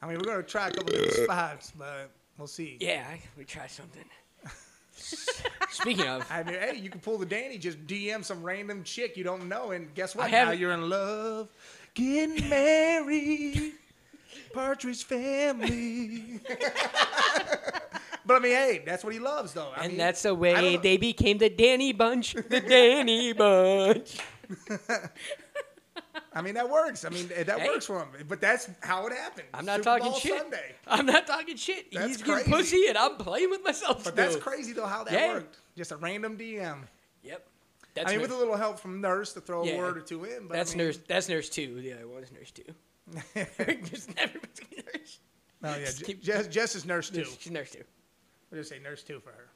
Speaker 2: I mean, we're gonna try a couple of spots, but we'll see.
Speaker 4: Yeah, I, we try something. Speaking of,
Speaker 2: I mean, hey, you can pull the Danny, just DM some random chick you don't know, and guess
Speaker 4: I
Speaker 2: what? Now
Speaker 4: haven't-
Speaker 2: you're in love, getting married, Partridge family. but I mean, hey, that's what he loves, though. I mean,
Speaker 4: and that's the
Speaker 2: I don't
Speaker 4: way
Speaker 2: know.
Speaker 4: they became the Danny Bunch. The Danny Bunch.
Speaker 2: I mean, that works. I mean, that
Speaker 4: Hey.
Speaker 2: works for him. But that's how it happened.
Speaker 4: I'm not
Speaker 2: Super
Speaker 4: talking
Speaker 2: Bowl
Speaker 4: shit.
Speaker 2: Sunday.
Speaker 4: I'm not talking shit.
Speaker 2: That's
Speaker 4: He's getting
Speaker 2: crazy.
Speaker 4: pussy, and I'm playing with myself.
Speaker 2: But that's
Speaker 4: still.
Speaker 2: crazy though how that
Speaker 4: Yeah.
Speaker 2: worked. Just a random DM.
Speaker 4: Yep. That's
Speaker 2: I mean,
Speaker 4: me.
Speaker 2: with a little help from nurse to throw
Speaker 4: Yeah.
Speaker 2: a word or two in. But I
Speaker 4: That's
Speaker 2: mean-
Speaker 4: nurse. That's nurse two. The other one is nurse two. There's never between nurse.
Speaker 2: No, yeah,
Speaker 4: Just
Speaker 2: Je-
Speaker 4: keep-
Speaker 2: Jess, Jess is nurse too.
Speaker 4: She's nurse two.
Speaker 2: We'll just say nurse two for her.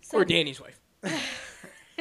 Speaker 5: So,
Speaker 4: or Danny's wife.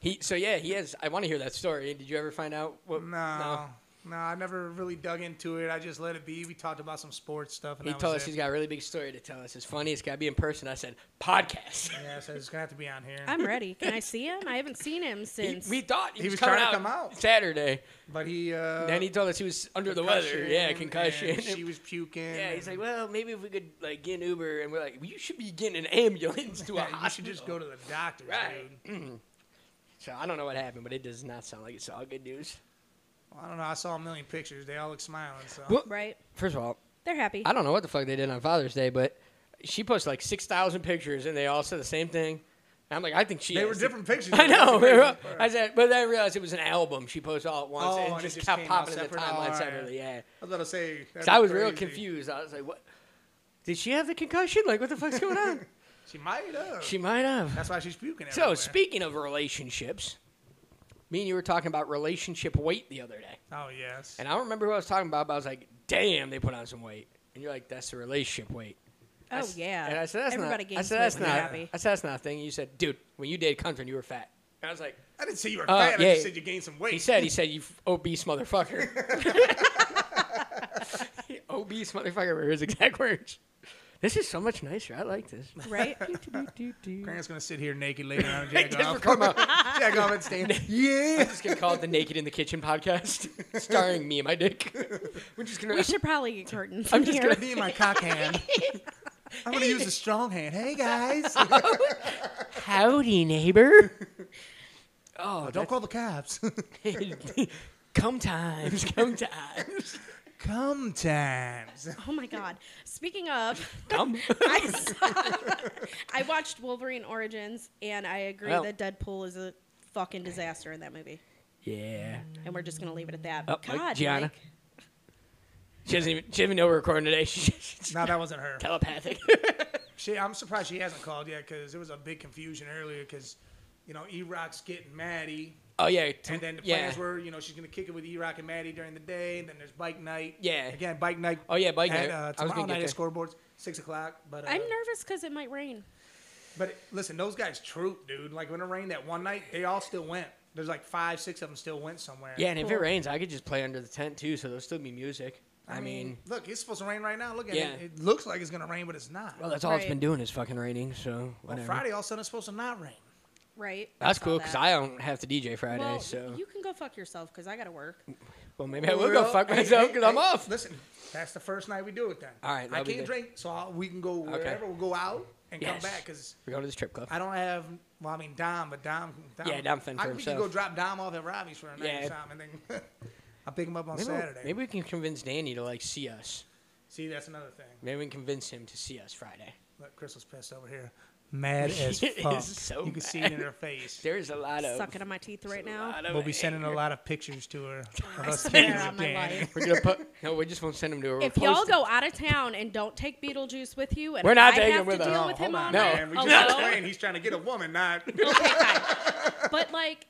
Speaker 4: he. So yeah, he has. I want to hear that story. Did you ever find out what?
Speaker 2: No, no, I never really dug into it. I just let it be. We talked about some sports stuff. And
Speaker 4: He
Speaker 2: that
Speaker 4: told
Speaker 2: was
Speaker 4: us
Speaker 2: it.
Speaker 4: he's got a really big story to tell us. It's funny. It's got to be in person. I said podcast.
Speaker 2: Yeah, so it's gonna have to be on here.
Speaker 5: I'm ready. Can I see him? I haven't seen him
Speaker 4: He-
Speaker 5: since.
Speaker 4: we thought he,
Speaker 2: He
Speaker 4: was,
Speaker 2: was
Speaker 4: coming
Speaker 2: trying
Speaker 4: out,
Speaker 2: to come out.
Speaker 4: Saturday.
Speaker 2: but he uh,
Speaker 4: then he told us he was under the weather. Yeah, concussion.
Speaker 2: and She was puking.
Speaker 4: yeah, he's
Speaker 2: and
Speaker 4: like, well, maybe if we could like get an Uber, and we're like, well, you should be getting an ambulance to a
Speaker 2: yeah,
Speaker 4: hospital.
Speaker 2: you should just go to the doctor,
Speaker 4: Right.
Speaker 2: dude.
Speaker 4: So I don't know what happened, but it does not sound like it's all good news.
Speaker 2: Well, I don't know. I saw a million pictures. They all look smiling. So
Speaker 4: Well-
Speaker 5: right.
Speaker 4: First of all,
Speaker 5: They're happy.
Speaker 4: I don't know what the fuck they did on Father's Day, but she posted like six thousand pictures, and they all said the same thing. And I'm like, I think she.
Speaker 2: they were
Speaker 4: has to-
Speaker 2: different pictures.
Speaker 4: I know.
Speaker 2: That's the
Speaker 4: they were-
Speaker 2: crazy part.
Speaker 4: I said, but then I realized it was an album she posted all at once,
Speaker 2: Oh,
Speaker 4: and
Speaker 2: and
Speaker 4: it
Speaker 2: it
Speaker 4: just
Speaker 2: just
Speaker 4: kept
Speaker 2: came out
Speaker 4: popping in the
Speaker 2: separate?
Speaker 4: timeline
Speaker 2: All right.
Speaker 4: separately. Yeah,
Speaker 2: I was gonna say.
Speaker 4: so
Speaker 2: that'd
Speaker 4: I
Speaker 2: be
Speaker 4: was real
Speaker 2: crazy.
Speaker 4: confused. I was like, what? Did she have the concussion? Like, what the fuck's going on?
Speaker 2: She might have.
Speaker 4: she might have.
Speaker 2: That's why she's puking.
Speaker 4: So
Speaker 2: Everywhere.
Speaker 4: speaking of relationships, me and you were talking about relationship weight the other day,
Speaker 2: Oh yes.
Speaker 4: and I don't remember who I was talking about, but I was like, "Damn, they put on some weight," and you're like, "That's the relationship weight." I
Speaker 5: oh
Speaker 4: s-
Speaker 5: yeah.
Speaker 4: And I said, "That's
Speaker 5: Everybody
Speaker 4: not." I
Speaker 5: gains
Speaker 4: said,
Speaker 5: weight
Speaker 4: "That's
Speaker 5: when
Speaker 4: not."
Speaker 5: they're happy.
Speaker 4: I said, "That's not a thing." You said, "Dude, when you dated Cunton, you were fat," and I was like,
Speaker 2: I didn't say you were
Speaker 4: Uh,
Speaker 2: fat.
Speaker 4: yeah.
Speaker 2: I just said you gained some weight.
Speaker 4: "He said, he said, you f- obese motherfucker." obese motherfucker were his exact words. This is so much nicer. I like this.
Speaker 5: Right.
Speaker 2: Grant's gonna sit here naked later on and
Speaker 4: Just
Speaker 2: jack
Speaker 4: for
Speaker 2: off.
Speaker 4: come out.
Speaker 2: jack off and stand.
Speaker 4: Yeah. I'm just gonna call it the Naked in the Kitchen podcast, starring me and my dick. We're just gonna.
Speaker 5: we should probably get curtains.
Speaker 4: I'm
Speaker 5: in
Speaker 4: just
Speaker 5: here.
Speaker 4: gonna-
Speaker 2: Me and my cock hand. I'm gonna use the strong hand. Hey guys,
Speaker 4: Howdy, neighbor. Oh,
Speaker 2: don't call the cops.
Speaker 4: that's- come times, come times,
Speaker 2: Come times.
Speaker 5: Oh my god. Speaking of,
Speaker 4: come.
Speaker 5: I saw, I watched Wolverine Origins, and I agree
Speaker 4: Well-
Speaker 5: that Deadpool is a fucking disaster in that movie.
Speaker 4: Yeah.
Speaker 5: And we're just gonna leave it at that.
Speaker 4: Oh, Mike,
Speaker 5: God,
Speaker 4: Gianna.
Speaker 5: Mike.
Speaker 4: She doesn't even. She doesn't even know we're recording today. She's
Speaker 2: No, that wasn't her.
Speaker 4: telepathic.
Speaker 2: She, I'm surprised she hasn't called yet because there was a big confusion earlier because, you know, E Rock's getting Maddie.
Speaker 4: oh yeah. t-
Speaker 2: And then the
Speaker 4: yeah.
Speaker 2: plans were, you know, she's gonna kick it with E Rock and Maddie during the day, and then there's bike night.
Speaker 4: Yeah.
Speaker 2: Again, bike night.
Speaker 4: Oh, yeah, bike
Speaker 2: at,
Speaker 4: night. I
Speaker 2: Uh,
Speaker 4: was
Speaker 2: tomorrow
Speaker 4: gonna get
Speaker 2: night at scoreboards, six o'clock. But uh,
Speaker 5: I'm nervous because it might rain.
Speaker 2: But it- listen, those guys troop, dude. Like when it rained that one night, they all still went. There's like five, six of them still went somewhere.
Speaker 4: yeah, and if it
Speaker 5: Cool.
Speaker 4: rains, I could just play under the tent too, so there'll still be music. I, mean,
Speaker 2: look, it's supposed to rain right now. Look at
Speaker 4: Yeah.
Speaker 2: it. It looks like it's gonna rain, but it's not.
Speaker 4: well, that's all it's
Speaker 5: Right.
Speaker 4: been doing is fucking raining. So
Speaker 2: On
Speaker 4: whatever.
Speaker 2: Friday, all of a sudden, it's supposed to not rain.
Speaker 5: Right.
Speaker 4: That's
Speaker 5: Saw
Speaker 4: cool because
Speaker 5: that.
Speaker 4: I don't have to DJ Friday,
Speaker 5: Well,
Speaker 4: so
Speaker 5: you can go fuck yourself because I gotta work.
Speaker 4: well maybe I will go fuck
Speaker 2: Hey,
Speaker 4: myself
Speaker 2: hey,
Speaker 4: because I'm
Speaker 2: hey,
Speaker 4: off.
Speaker 2: Listen, that's the first night we do it then.
Speaker 4: All right,
Speaker 2: I
Speaker 4: that'll be
Speaker 2: can't
Speaker 4: good.
Speaker 2: drink, so I'll, we can go wherever. We'll go out and
Speaker 4: Yes.
Speaker 2: come back because
Speaker 4: We're going to the strip club.
Speaker 2: I don't have. Well, I mean Dom, but Dom. Dom
Speaker 4: Yeah, Dom fend
Speaker 2: I,
Speaker 4: for
Speaker 2: we
Speaker 4: himself.
Speaker 2: can go drop Dom off at Robbie's for a night
Speaker 4: Yeah.
Speaker 2: or something, and then I will pick him up on
Speaker 4: Maybe,
Speaker 2: Saturday.
Speaker 4: maybe we can convince Danny to like see us.
Speaker 2: See, that's another thing.
Speaker 4: Maybe we can convince him to see us Friday.
Speaker 2: Look, Crystal's pissed over here. Mad as
Speaker 4: She is
Speaker 2: fuck.
Speaker 4: so
Speaker 2: you can see
Speaker 4: mad.
Speaker 2: it in her face.
Speaker 4: There's a lot of
Speaker 5: Sucking on my teeth right now.
Speaker 4: lot of
Speaker 2: We'll be sending a
Speaker 4: anger.
Speaker 2: lot of pictures to her. Of us
Speaker 5: swear
Speaker 2: kids
Speaker 5: on my
Speaker 2: Dan.
Speaker 5: life.
Speaker 4: We're gonna put no. We just won't send him to her. We'll
Speaker 5: If y'all
Speaker 4: post it.
Speaker 5: go out of town and don't take Beetlejuice with you, and
Speaker 4: We're not
Speaker 5: I
Speaker 4: taking
Speaker 5: have
Speaker 4: him with
Speaker 5: to
Speaker 4: us.
Speaker 5: deal
Speaker 4: No,
Speaker 5: with him
Speaker 2: hold
Speaker 5: all
Speaker 2: on,
Speaker 4: No.
Speaker 5: night,
Speaker 2: man. We just
Speaker 5: Hello?
Speaker 2: explained he's trying to get a woman, not.
Speaker 5: Okay, fine. But like,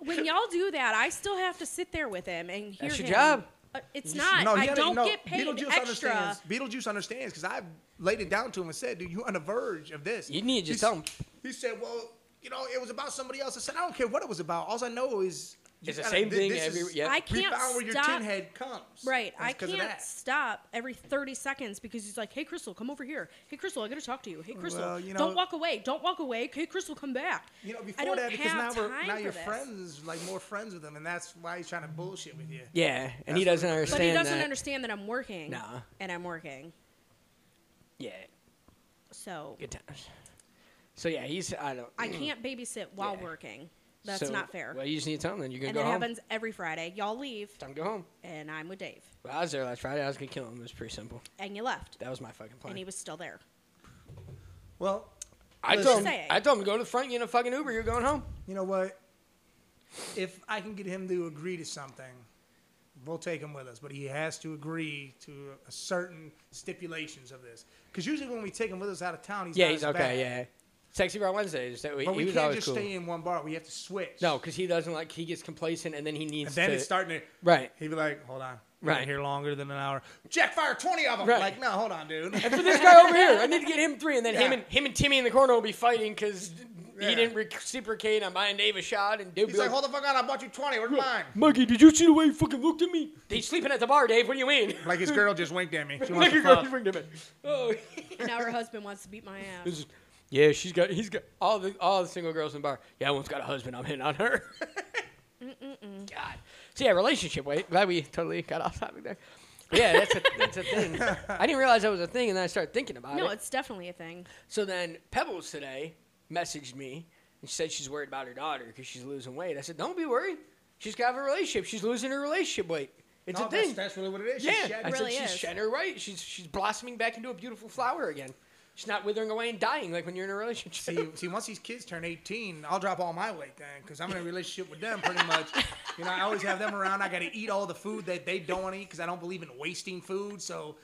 Speaker 5: when y'all do that, I still have to sit there with him and hear
Speaker 4: That's your
Speaker 5: him.
Speaker 4: job.
Speaker 5: Uh, it's not.
Speaker 2: No, you
Speaker 5: I
Speaker 2: gotta-
Speaker 5: don't
Speaker 2: no,
Speaker 5: get paid
Speaker 2: Beetlejuice
Speaker 5: extra.
Speaker 2: Understands. Beetlejuice understands because I've laid it down to him and said, "Dude, you're on the verge of this."
Speaker 4: You need to
Speaker 2: He
Speaker 4: tell
Speaker 2: s-
Speaker 4: him.
Speaker 2: He said, "Well, you know, it was about somebody else." I said, "I don't care what it was about. All I know is you
Speaker 4: It's the
Speaker 2: gotta-
Speaker 4: same
Speaker 2: thi-
Speaker 4: thing
Speaker 2: this
Speaker 4: every-
Speaker 2: is-
Speaker 4: yeah.
Speaker 5: I
Speaker 2: We
Speaker 5: can't
Speaker 2: found where your
Speaker 5: stop.
Speaker 2: tin head comes.
Speaker 5: Right.
Speaker 2: And
Speaker 5: I
Speaker 2: it's 'cause of
Speaker 5: can't
Speaker 2: that.
Speaker 5: stop every 30 seconds because he's like, hey, Crystal, come over here. Hey, Crystal, I got to talk to you. Hey, Crystal,
Speaker 2: Well, you know-
Speaker 5: don't walk away. Don't walk away. Hey, Crystal, come back.
Speaker 2: You know,
Speaker 5: I
Speaker 2: before
Speaker 5: don't
Speaker 2: that, because now
Speaker 5: have
Speaker 2: we're
Speaker 5: time
Speaker 2: now
Speaker 5: for
Speaker 2: you're
Speaker 5: this.
Speaker 2: friends, like more friends with him, and that's why he's trying to bullshit with you.
Speaker 4: Yeah, and he
Speaker 2: That's
Speaker 4: doesn't
Speaker 2: what-
Speaker 4: understand.
Speaker 5: But he doesn't
Speaker 4: that.
Speaker 5: understand that I'm working.
Speaker 4: Nah.
Speaker 5: And I'm working.
Speaker 4: Yeah,
Speaker 5: So
Speaker 4: good times. So yeah, he's I don't.
Speaker 5: I can't babysit while
Speaker 4: Yeah.
Speaker 5: working. That's
Speaker 4: so-
Speaker 5: not fair.
Speaker 4: Well, you just need to tell him. Then you're gonna
Speaker 5: and
Speaker 4: go
Speaker 5: that
Speaker 4: home.
Speaker 5: happens every Friday. Y'all leave,
Speaker 4: Time to go home.
Speaker 5: and I'm with Dave.
Speaker 4: Well, I was there last Friday. I was gonna kill him. It was pretty simple.
Speaker 5: And you left,
Speaker 4: That was my fucking plan.
Speaker 5: and he was still there.
Speaker 2: Well,
Speaker 4: I
Speaker 2: Listen.
Speaker 4: told him.
Speaker 5: Saying.
Speaker 4: I told him go to the front. You in a fucking Uber. You're going home.
Speaker 2: you know what? If I can get him to agree to something, we'll take him with us. But he has to agree to a certain stipulations of this. Because usually when we take him with us out of town, he's
Speaker 4: Yeah,
Speaker 2: not
Speaker 4: he's
Speaker 2: as
Speaker 4: okay.
Speaker 2: bad.
Speaker 4: Yeah, sexy bar Wednesdays. That we,
Speaker 2: But
Speaker 4: he
Speaker 2: we
Speaker 4: was
Speaker 2: can't
Speaker 4: always
Speaker 2: just
Speaker 4: cool.
Speaker 2: stay in one bar. We have to switch.
Speaker 4: No, because he doesn't like. He gets complacent, and then he needs
Speaker 2: And then
Speaker 4: to.
Speaker 2: it's starting to.
Speaker 4: Right.
Speaker 2: He'd be like, hold on. We've
Speaker 4: Right.
Speaker 2: Been here longer than an hour. Jack, fire 20 of them.
Speaker 4: Right.
Speaker 2: Like, no, hold on, dude.
Speaker 4: For this guy over here, I need to get him three, and then him
Speaker 2: Yeah.
Speaker 4: and him and Timmy in the corner will be fighting because
Speaker 2: Yeah.
Speaker 4: he didn't reciprocate on buying Dave a shot, and Dave
Speaker 2: He's like, hold the fuck on. I bought you 20. Where's mine?
Speaker 4: Mikey, did you see the way he fucking looked at me? He's sleeping at the bar, Dave. What do you mean?
Speaker 2: Like his girl just winked at me. She
Speaker 4: Look
Speaker 2: wants to
Speaker 4: at her,
Speaker 2: fuck.
Speaker 4: he's winked at me. Oh,
Speaker 5: And now her husband wants to beat my ass.
Speaker 4: This is- yeah, she's got. He's got all the all the single girls in the bar. Yeah, one's got a husband. I'm hitting on her. God. So yeah, relationship. Wait, glad we totally got off topic there. Yeah, that's a that's a thing. I didn't realize that was a thing, and then I started thinking about it.
Speaker 5: No, it's definitely a thing.
Speaker 4: So then Pebbles today messaged me and she said she's worried about her daughter because she's losing weight. I said, don't be worried. She's got to have a relationship. She's losing her relationship weight. It's
Speaker 2: No,
Speaker 4: a
Speaker 2: that's,
Speaker 4: thing.
Speaker 2: that's really what it is. She's
Speaker 4: yeah,
Speaker 2: shed-
Speaker 4: I
Speaker 5: Really
Speaker 4: said
Speaker 5: is.
Speaker 4: she's shedding her weight. She's she's blossoming back into a beautiful flower again. She's not withering away and dying like when you're in a relationship.
Speaker 2: See, see, once these kids turn 18, I'll drop all my weight then because I'm in a relationship with them pretty much. You know, I always have them around. I got to eat all the food that they don't want to eat because I don't believe in wasting food. So,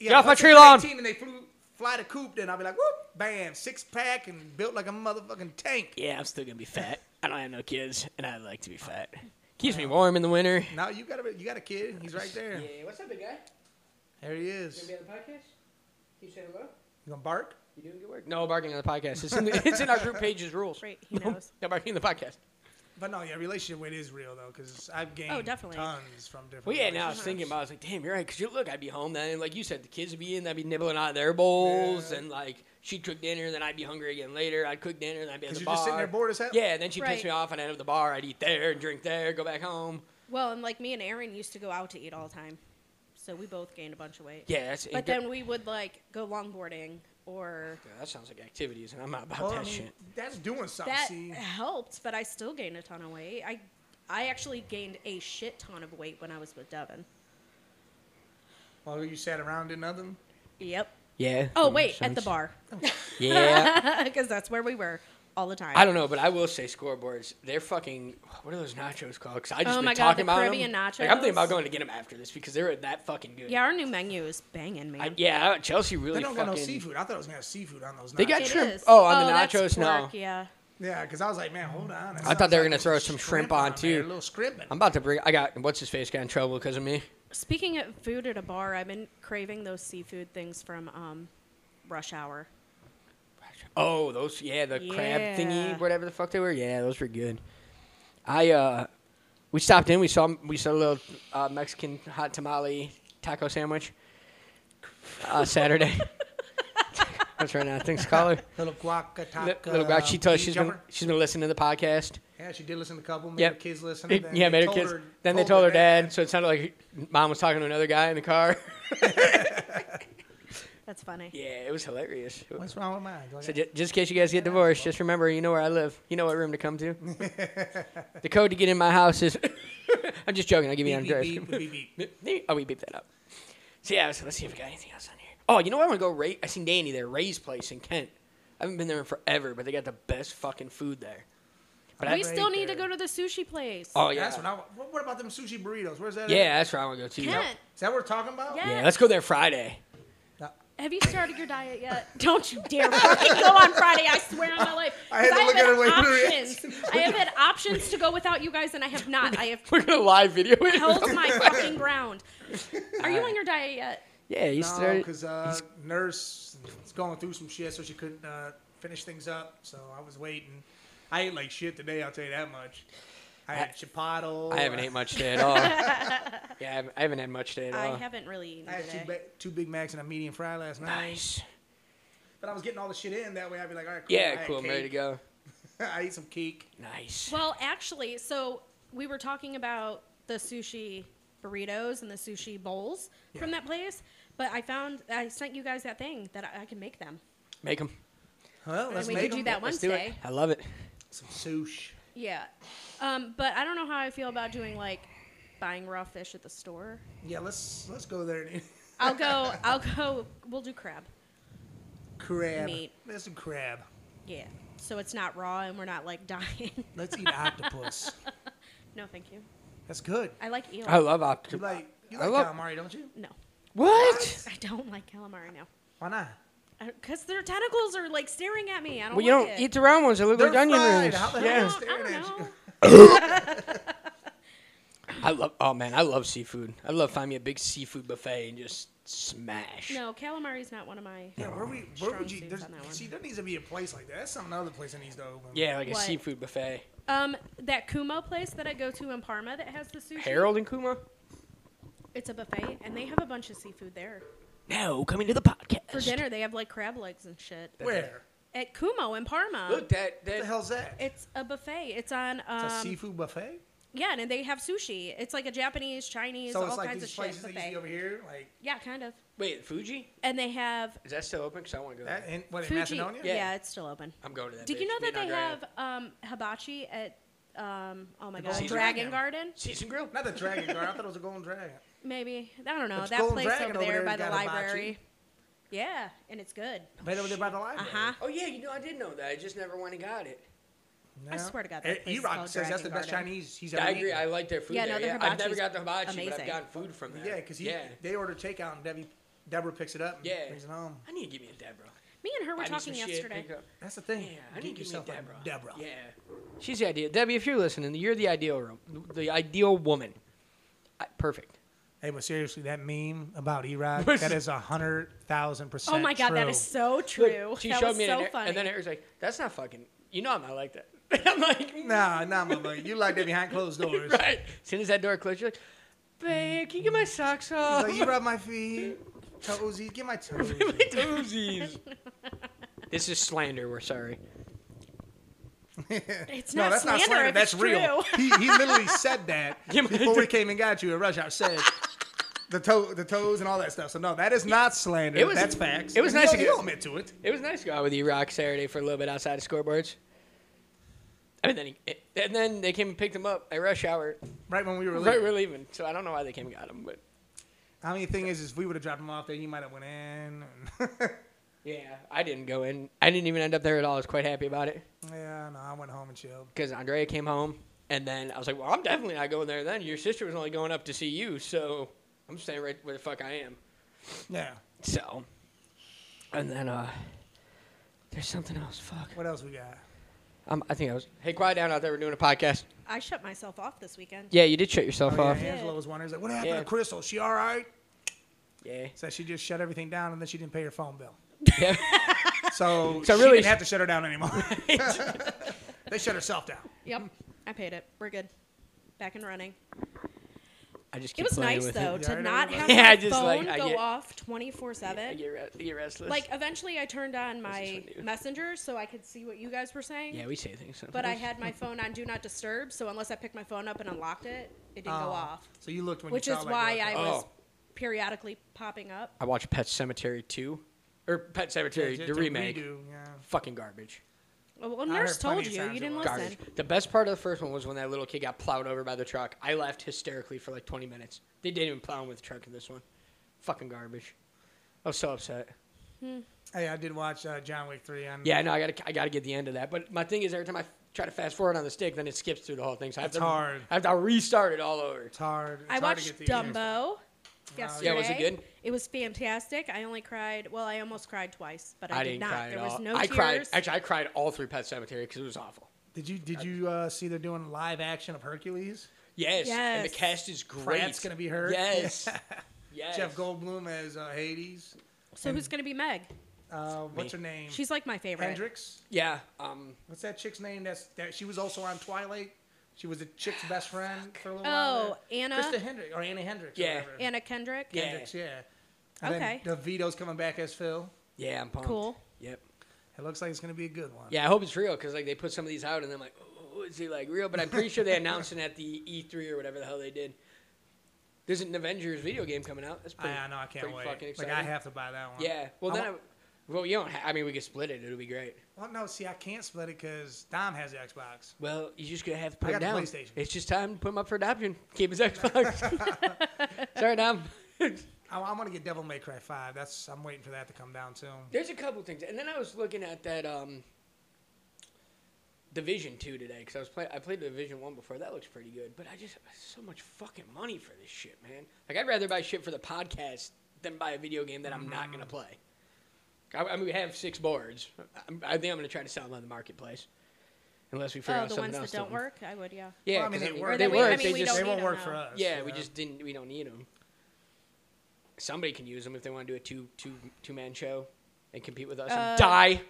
Speaker 2: yeah,
Speaker 4: Get off my
Speaker 2: once they
Speaker 4: tree
Speaker 2: turn
Speaker 4: lawn.
Speaker 2: 18 and they flew, fly to coop, then I'll be like, whoop, bam, six pack and built like a motherfucking tank.
Speaker 4: yeah, I'm still gonna be fat. I don't have no kids, and I like to be fat. Keeps me warm in the winter.
Speaker 2: Now you got a you got a kid. He's right there.
Speaker 4: what's up, big guy?
Speaker 2: There he is.
Speaker 4: on the podcast? Can you say hello?
Speaker 2: You gonna bark?
Speaker 4: You doing good work? No barking on the podcast. It's in, the, it's in our group pages rules.
Speaker 5: Right, he knows.
Speaker 4: No barking on the podcast.
Speaker 2: But no, yeah, relationship weight is real though because I've gained
Speaker 5: definitely.
Speaker 2: tons from different.
Speaker 4: Well, yeah, now I was
Speaker 2: relationships.
Speaker 4: thinking about it. I was like, damn, you're right. Because you look, I'd be home then. And like you said, the kids would be in. I'd be nibbling out of their bowls. And like, she'd cook dinner. Then I'd be hungry again later. I'd cook dinner. Then I'd be at
Speaker 2: 'Cause
Speaker 4: the
Speaker 2: you're
Speaker 4: bar.
Speaker 2: just sitting there bored as hell.
Speaker 4: Yeah, and then she'd piss
Speaker 5: Right.
Speaker 4: me off. And I'd end up at the bar. I'd eat there, drink there, go back home.
Speaker 5: Well, and like me and Aaron used to go out to eat all the time, so we both gained a bunch of weight.
Speaker 4: Yeah, that's
Speaker 5: But then we would like go longboarding, or
Speaker 4: Yeah, that sounds like activities. And I'm not about
Speaker 2: Well,
Speaker 4: that
Speaker 2: I mean,
Speaker 4: shit.
Speaker 2: That's doing
Speaker 4: Oh,
Speaker 2: something.
Speaker 5: that
Speaker 2: see?
Speaker 5: helped. But I still gained a ton of weight. I, I actually gained a shit ton of weight when I was with Devin.
Speaker 2: Well, you sat around in nothing.
Speaker 5: Yep.
Speaker 4: Yeah.
Speaker 5: Oh
Speaker 4: that
Speaker 5: wait,
Speaker 4: makes
Speaker 5: at the
Speaker 4: sense.
Speaker 5: bar,
Speaker 4: Yeah.
Speaker 5: because that's where we were all the time.
Speaker 4: I don't know, but I will say scoreboards. They're fucking. What are those nachos called? Because I just
Speaker 5: Oh
Speaker 4: been
Speaker 5: my God,
Speaker 4: talking
Speaker 5: the
Speaker 4: about
Speaker 5: Caribbean
Speaker 4: them. Like, I'm thinking
Speaker 5: nachos.
Speaker 4: about going to get them after this because they were that fucking good.
Speaker 5: Yeah, our new menu is banging, man.
Speaker 4: I, yeah. Chelsea really.
Speaker 2: They don't got no
Speaker 4: fucking-
Speaker 2: seafood. I thought I was gonna have seafood on those.
Speaker 4: They got
Speaker 2: nachos.
Speaker 5: It
Speaker 4: shrimp-
Speaker 5: is.
Speaker 4: oh, on the
Speaker 5: that's
Speaker 4: nachos? No.
Speaker 5: pork, Yeah.
Speaker 2: yeah, because I was like, man, hold on.
Speaker 4: I thought they were gonna throw some shrimp on, too.
Speaker 2: A little scrimping.
Speaker 4: I'm about to bring. I got what's his face got in trouble because of me.
Speaker 5: Speaking of food at a bar, I've been craving those seafood things from um, Rush Hour.
Speaker 4: Oh, those yeah, the crab
Speaker 5: Yeah.
Speaker 4: thingy, whatever the fuck they were. Yeah, those were good. I uh, we stopped in. We saw we saw a little uh, Mexican hot tamale taco sandwich uh, Saturday. That's right now. Things call her.
Speaker 2: little guaca
Speaker 4: Li-
Speaker 2: taco.
Speaker 4: Little girl, she told
Speaker 2: meat
Speaker 4: she's been
Speaker 2: jumper.
Speaker 4: she's been listening to the podcast.
Speaker 2: Yeah, she did listen to a couple. Made
Speaker 4: Yep.
Speaker 2: her kids listen.
Speaker 4: It-
Speaker 2: and then
Speaker 4: yeah,
Speaker 2: they
Speaker 4: made her
Speaker 2: told
Speaker 4: kids. then they told her dad, so it sounded like her mom was talking to another guy in the car.
Speaker 5: That's funny.
Speaker 4: yeah, it was hilarious.
Speaker 2: What's wrong with mine? Do I
Speaker 4: So
Speaker 2: got-
Speaker 4: ju- just in case you guys get divorced, just remember you know where I live. You know what room to come to. the code to get in my house is. I'm just joking. I'll give you an
Speaker 2: Beep,
Speaker 4: address.
Speaker 2: beep, beep, beep, beep.
Speaker 4: Oh, we beeped that up. So yeah, so let's see if we got anything else on here. Oh, you know what? I want to go. Ray, I seen Danny there, Ray's place in Kent. I haven't been there in forever, but they got the best fucking food there. But I,
Speaker 5: We still need to
Speaker 2: there.
Speaker 5: go to the sushi place.
Speaker 4: oh yeah,
Speaker 2: That's what I. want. What, what about them sushi burritos? Where's that?
Speaker 4: yeah,
Speaker 2: At?
Speaker 4: that's where I want to go too.
Speaker 5: Kent.
Speaker 2: Is that what we're talking about?
Speaker 5: Yeah.
Speaker 4: Yeah, let's go there Friday.
Speaker 2: No.
Speaker 5: Have you started your diet yet? Don't you dare fucking go on Friday. I swear on my life.
Speaker 2: I had to
Speaker 5: 'Cause
Speaker 2: look
Speaker 5: have
Speaker 2: at her
Speaker 5: had
Speaker 2: way through the
Speaker 5: options. I have had options to go without you guys, and I have not. I have
Speaker 4: We're gonna live video it.
Speaker 5: held my fucking ground. Are you on your diet yet?
Speaker 4: Yeah, he
Speaker 2: No,
Speaker 4: started.
Speaker 2: because uh, nurse is going through some shit, so she couldn't uh, finish things up. So I was waiting. I ate like shit today. I'll tell you that much. I had chipotle.
Speaker 4: I haven't ate much today at all. yeah, I haven't, I haven't had much today at
Speaker 5: I
Speaker 4: all.
Speaker 5: haven't really eaten
Speaker 2: I had two,
Speaker 5: today.
Speaker 2: ba- two Big Macs and a medium fry last night.
Speaker 4: nice.
Speaker 2: But I was getting all the shit in. That way I'd be like, all right, cool. I
Speaker 4: Yeah,
Speaker 2: had
Speaker 4: cool. I'm ready to
Speaker 2: cake.
Speaker 4: go.
Speaker 2: I ate some cake.
Speaker 4: Nice.
Speaker 5: Well, actually, so we were talking about the sushi burritos and the sushi bowls from that place, but I found I sent you guys that thing that I, I can make them.
Speaker 4: Make them.
Speaker 2: Well, let's
Speaker 5: and we
Speaker 2: make
Speaker 5: could
Speaker 2: 'em.
Speaker 5: do that
Speaker 4: Let's do it.
Speaker 5: Wednesday.
Speaker 4: I love it.
Speaker 2: Some sush.
Speaker 5: Yeah. Um, but I don't know how I feel about doing like buying raw fish at the store.
Speaker 2: Yeah, let's let's go there and eat
Speaker 5: I'll go I'll go we'll do crab.
Speaker 2: crab.
Speaker 5: Meat.
Speaker 2: Let's do crab.
Speaker 5: Yeah. So it's not raw and we're not like dying.
Speaker 2: Let's eat octopus.
Speaker 5: no, thank you.
Speaker 2: That's good.
Speaker 5: I like eel.
Speaker 4: I love
Speaker 2: You
Speaker 4: octopus.
Speaker 2: like you
Speaker 4: I
Speaker 2: like
Speaker 4: love-
Speaker 2: calamari, don't you?
Speaker 5: no.
Speaker 4: what?
Speaker 5: I don't like calamari now.
Speaker 2: Why not?
Speaker 5: Because their tentacles are like staring at me. I don't
Speaker 4: Well, you
Speaker 5: like
Speaker 4: don't
Speaker 5: it.
Speaker 4: eat the round ones. They look
Speaker 2: They're
Speaker 4: like onion
Speaker 2: fried.
Speaker 4: rings.
Speaker 2: How the hell
Speaker 5: I
Speaker 4: yeah.
Speaker 2: is-
Speaker 5: don't, I
Speaker 2: Staring
Speaker 5: don't
Speaker 2: at you.
Speaker 5: know.
Speaker 4: I love. Oh man, I love seafood. I love find me a big seafood buffet and just smash.
Speaker 5: No, calamari's not one of my.
Speaker 2: Yeah, where we where
Speaker 5: Strong
Speaker 2: would you
Speaker 5: suits
Speaker 2: there's,
Speaker 5: on that one.
Speaker 2: see there needs to be a place like that. That's something another place that needs to open.
Speaker 4: Yeah, like a
Speaker 5: What?
Speaker 4: seafood buffet.
Speaker 5: Um, that Kumo place that I go to in Parma that has the sushi.
Speaker 4: Harold and Kuma.
Speaker 5: It's a buffet, and they have a bunch of seafood there.
Speaker 4: No, coming to the podcast
Speaker 5: For dinner, they have like crab legs and shit.
Speaker 2: Where?
Speaker 5: At Kumo in Parma.
Speaker 4: Look, that
Speaker 2: What
Speaker 4: that
Speaker 2: the hell's that?
Speaker 5: It's a buffet. It's on. Um,
Speaker 2: it's a seafood buffet.
Speaker 5: yeah, and they have sushi. It's like a Japanese, Chinese,
Speaker 2: So
Speaker 5: all
Speaker 2: it's like
Speaker 5: kinds
Speaker 2: these
Speaker 5: of shit
Speaker 2: places that you see
Speaker 5: buffet.
Speaker 2: over here, like
Speaker 5: Yeah, kind of.
Speaker 4: Wait, Fuji?
Speaker 5: And they have
Speaker 4: Is that still open? Because I want to go.
Speaker 2: that
Speaker 4: there.
Speaker 2: in what in
Speaker 5: Fuji.
Speaker 2: Macedonia?
Speaker 5: Yeah.
Speaker 4: Yeah.
Speaker 5: it's still open.
Speaker 4: I'm going to that.
Speaker 5: Did you
Speaker 4: bitch.
Speaker 5: know
Speaker 4: Me
Speaker 5: that they
Speaker 4: and Andrea.
Speaker 5: have um, hibachi at? Um, oh my god,
Speaker 4: Golden Dragon.
Speaker 5: Dragon Garden.
Speaker 4: season grill?
Speaker 2: Not the dragon guard. I thought it was a golden dragon.
Speaker 5: Maybe I don't know
Speaker 2: It's
Speaker 5: that
Speaker 2: Golden
Speaker 5: place
Speaker 2: Dragon
Speaker 5: over
Speaker 2: over
Speaker 5: there
Speaker 2: there's
Speaker 5: by the
Speaker 2: got hibachi.
Speaker 5: library. Yeah, and it's good.
Speaker 2: Right over there by the library.
Speaker 5: Uh-huh.
Speaker 4: Oh yeah, you know I did know that. I just never went and got it.
Speaker 2: No.
Speaker 5: I swear to God,
Speaker 2: Eh,
Speaker 5: that place is
Speaker 2: E-Rock
Speaker 5: called
Speaker 2: says that's the
Speaker 5: Dragon
Speaker 2: best
Speaker 5: Garden.
Speaker 2: Chinese he's ever
Speaker 4: I agree.
Speaker 2: eaten.
Speaker 4: I like their food.
Speaker 5: Yeah, no,
Speaker 4: there.
Speaker 5: their
Speaker 4: yeah. I've never
Speaker 5: hibachi's
Speaker 4: got the hibachi, but I've
Speaker 5: amazing.
Speaker 4: gotten food from there.
Speaker 2: Yeah, because
Speaker 4: yeah.
Speaker 2: they order takeout and Debbie, Deborah picks it up and
Speaker 4: Yeah.
Speaker 2: brings it home.
Speaker 4: I need to give me a Deborah.
Speaker 5: Me and her were
Speaker 4: Buy me some
Speaker 5: talking
Speaker 4: shit,
Speaker 5: yesterday.
Speaker 4: pick up-
Speaker 2: That's the thing.
Speaker 4: Yeah, I need to give me a Deborah.
Speaker 2: a Deborah.
Speaker 4: Yeah, she's the ideal. Debbie, if you're listening, you're the ideal, ro- the ideal woman. I, perfect.
Speaker 2: Hey, but seriously, that meme about E-Rock, that is a hundred thousand percent.
Speaker 5: Oh my God, that
Speaker 2: true.
Speaker 5: is so true.
Speaker 4: She
Speaker 5: that
Speaker 4: showed
Speaker 5: was
Speaker 4: me it,
Speaker 5: so
Speaker 4: and,
Speaker 5: funny.
Speaker 4: and then Eric's like, "That's not fucking. You know I'm not like that." I'm like,
Speaker 2: Nah, nah, my boy. You like that behind closed doors.
Speaker 4: right. As soon as that door closed, you're like, "Babe, can you get my socks off?"
Speaker 2: So you rub my feet, toesies. Get my toesies.
Speaker 4: Doozies. this is slander. We're sorry.
Speaker 5: it's
Speaker 2: no,
Speaker 5: not
Speaker 2: that's not
Speaker 5: slander.
Speaker 2: slander.
Speaker 5: if
Speaker 2: That's
Speaker 5: it's
Speaker 2: real.
Speaker 5: true.
Speaker 2: He, he literally said that
Speaker 4: Give me
Speaker 2: before we
Speaker 4: the-
Speaker 2: came and got you at Rush Hour. Said the toe, the toes, and all that stuff. So no, that is not slander.
Speaker 4: It was-
Speaker 2: that's facts.
Speaker 4: it was
Speaker 2: You
Speaker 4: nice
Speaker 2: don't-
Speaker 4: to
Speaker 2: You
Speaker 4: get-
Speaker 2: don't admit to it.
Speaker 4: It was nice to go out with you, Rock, Saturday for a little bit outside of scoreboards. I mean, then he, and then they came and picked him up at rush hour.
Speaker 2: Right when we were
Speaker 4: Right,
Speaker 2: leaving.
Speaker 4: we're leaving, so I don't know why they came and got him, but
Speaker 2: I mean, the thing is, is if we would have dropped him off there, he might have went in. and-
Speaker 4: yeah, I didn't go in. I didn't even end up there at all. I was quite happy about it
Speaker 2: yeah, no, I went home and chilled.
Speaker 4: because Andrea came home, and then I was like, "Well, I'm definitely not going there." Then your sister was only going up to see you, so I'm staying right where the fuck I am.
Speaker 2: Yeah.
Speaker 4: So, and then uh, there's something else. Fuck.
Speaker 2: What else we got?
Speaker 4: Um, I think I was. Hey, quiet down out there. We're doing a podcast.
Speaker 5: I shut myself off this weekend.
Speaker 4: Yeah, you did shut yourself
Speaker 2: Oh,
Speaker 4: off.
Speaker 2: yeah, Angela was wondering, like, what happened
Speaker 4: Yeah.
Speaker 2: to Crystal? She all right?
Speaker 4: Yeah.
Speaker 2: So she just shut everything down, and then she didn't pay her phone bill.
Speaker 4: Yeah.
Speaker 2: So,
Speaker 4: So
Speaker 2: she
Speaker 4: really-
Speaker 2: didn't have to shut her down anymore. they shut herself down.
Speaker 5: Yep. I paid it. We're good. Back and running.
Speaker 4: I just
Speaker 5: It
Speaker 4: keep
Speaker 5: was
Speaker 4: playing
Speaker 5: nice
Speaker 4: with
Speaker 5: though
Speaker 2: You
Speaker 5: to
Speaker 2: alright,
Speaker 5: not
Speaker 2: everybody?
Speaker 5: have
Speaker 4: Yeah,
Speaker 5: my
Speaker 4: I just,
Speaker 5: phone
Speaker 4: like, I
Speaker 5: go
Speaker 4: get-
Speaker 5: off twenty four
Speaker 4: It. I
Speaker 5: seven.
Speaker 4: get, re- I get restless.
Speaker 5: Like eventually, I turned on my
Speaker 4: what I do.
Speaker 5: messenger so I could see what you guys were saying.
Speaker 4: yeah, we say things. Sometimes.
Speaker 5: But I had my phone on do not disturb, so unless I picked my phone up and unlocked it, it didn't
Speaker 2: Oh.
Speaker 5: go off.
Speaker 2: So you looked when
Speaker 5: Which
Speaker 2: you
Speaker 5: is
Speaker 2: felt
Speaker 5: why
Speaker 2: like
Speaker 5: I
Speaker 2: looking.
Speaker 5: was
Speaker 4: Oh.
Speaker 5: periodically popping up.
Speaker 4: I watched Pet Cemetery two, or Pet Cemetery
Speaker 2: It's-
Speaker 4: the
Speaker 2: it's a
Speaker 4: remake.
Speaker 2: redo, yeah.
Speaker 4: Fucking garbage.
Speaker 5: Oh, Well,
Speaker 2: heard
Speaker 5: nurse
Speaker 2: plenty
Speaker 5: told
Speaker 2: of
Speaker 5: you
Speaker 2: times
Speaker 5: you
Speaker 2: it
Speaker 5: didn't
Speaker 2: was.
Speaker 5: listen.
Speaker 4: Garbage. The best part of the first one was when that little kid got plowed over by the truck. I laughed hysterically for like 20 minutes. They didn't even plow him with the truck in this one. Fucking garbage. I was so upset.
Speaker 2: Hey, I did watch uh, John Wick three on.
Speaker 4: Yeah, I know. I gotta, I gotta get the end of that. But my thing is, every time I try to fast forward on the stick, then it skips through the whole thing. So I have
Speaker 2: It's
Speaker 4: to,
Speaker 2: hard.
Speaker 4: I have to restart it all over.
Speaker 2: it's hard. It's
Speaker 5: I
Speaker 2: hard to
Speaker 5: watched
Speaker 2: get the-
Speaker 5: Dumbo. yesterday.
Speaker 4: Yeah, was it good?
Speaker 5: It was fantastic. I only cried. Well, I almost cried twice, but I,
Speaker 4: I
Speaker 5: did
Speaker 4: didn't
Speaker 5: not.
Speaker 4: cry
Speaker 5: there
Speaker 4: at
Speaker 5: was
Speaker 4: all.
Speaker 5: no
Speaker 4: I
Speaker 5: tears.
Speaker 4: cried. Actually, I cried all through Pet Cemetery because it was awful.
Speaker 2: Did you did you uh, see they're doing live action of Hercules?
Speaker 4: Yes, and the
Speaker 5: Yes.
Speaker 4: cast is great.
Speaker 2: Pratt's gonna be her.
Speaker 4: Yes, yes.
Speaker 2: Jeff Goldblum as uh, Hades.
Speaker 5: so who's gonna be Meg?
Speaker 2: Uh, what's her name?
Speaker 5: She's like my favorite.
Speaker 2: Hendrix.
Speaker 4: Yeah. Um.
Speaker 2: What's that chick's name? That's that. She was also on Twilight. She was a chick's best friend for a little
Speaker 5: Oh,
Speaker 2: while. there.
Speaker 5: Anna?
Speaker 2: Krista Hendrix or Anna Hendrix. or
Speaker 4: Yeah.
Speaker 2: whatever.
Speaker 5: Anna Kendrick.
Speaker 4: Yeah.
Speaker 2: Hendrix. Yeah. And
Speaker 5: Okay.
Speaker 2: Then DeVito's coming back as Phil.
Speaker 4: Yeah, I'm pumped.
Speaker 5: Cool.
Speaker 4: Yep.
Speaker 2: It looks like it's gonna be a good one.
Speaker 4: Yeah, I hope it's real because like they put some of these out and I'm like, oh, is he like real? But I'm pretty sure they announced it at the E3 or whatever the hell they did. There's an Avengers video game coming out. That's
Speaker 2: I
Speaker 4: pretty.
Speaker 2: I know. I can't
Speaker 4: pretty fucking
Speaker 2: wait. Like
Speaker 4: exciting.
Speaker 2: I have to buy that one.
Speaker 4: Yeah. Well,
Speaker 2: I
Speaker 4: then. I,
Speaker 2: wa-
Speaker 4: well, you don't. Ha- I mean, we could split it. It'll be great.
Speaker 2: Well, no. See, I can't split it because Dom has the Xbox.
Speaker 4: Well, you just gonna have to put
Speaker 2: I
Speaker 4: him
Speaker 2: got
Speaker 4: down.
Speaker 2: the PlayStation.
Speaker 4: It's just time to put him up for adoption. Keep his Xbox. Sorry, Dom.
Speaker 2: I, I'm gonna get Devil May Cry Five. That's I'm waiting for that to come down soon.
Speaker 4: There's a couple things, and then I was looking at that um, Division Two today because I was play- I played Division One before. That looks pretty good, but I just so much fucking money for this shit, man. Like I'd rather buy shit for the podcast than buy a video game that I'm not
Speaker 2: Mm.
Speaker 4: gonna play. I, I mean, we have six boards. I, I think I'm gonna try to sell them on the marketplace, unless we figure
Speaker 5: Oh,
Speaker 4: out
Speaker 5: the
Speaker 4: something
Speaker 5: ones
Speaker 4: else
Speaker 5: that don't
Speaker 4: to-
Speaker 5: work. I would, yeah.
Speaker 4: Yeah,
Speaker 2: Well, I mean,
Speaker 4: 'cause
Speaker 2: they
Speaker 4: it-
Speaker 2: work.
Speaker 4: They
Speaker 2: They-
Speaker 4: work.
Speaker 5: I mean,
Speaker 4: they
Speaker 5: we
Speaker 4: just
Speaker 5: don't
Speaker 2: they
Speaker 5: need
Speaker 2: won't
Speaker 5: 'em
Speaker 2: work
Speaker 5: now.
Speaker 2: for us.
Speaker 4: yeah,
Speaker 2: you
Speaker 4: we
Speaker 2: know?
Speaker 4: just didn't. We don't need them. Somebody can use them if they want to do a two two two man show and compete with us and die.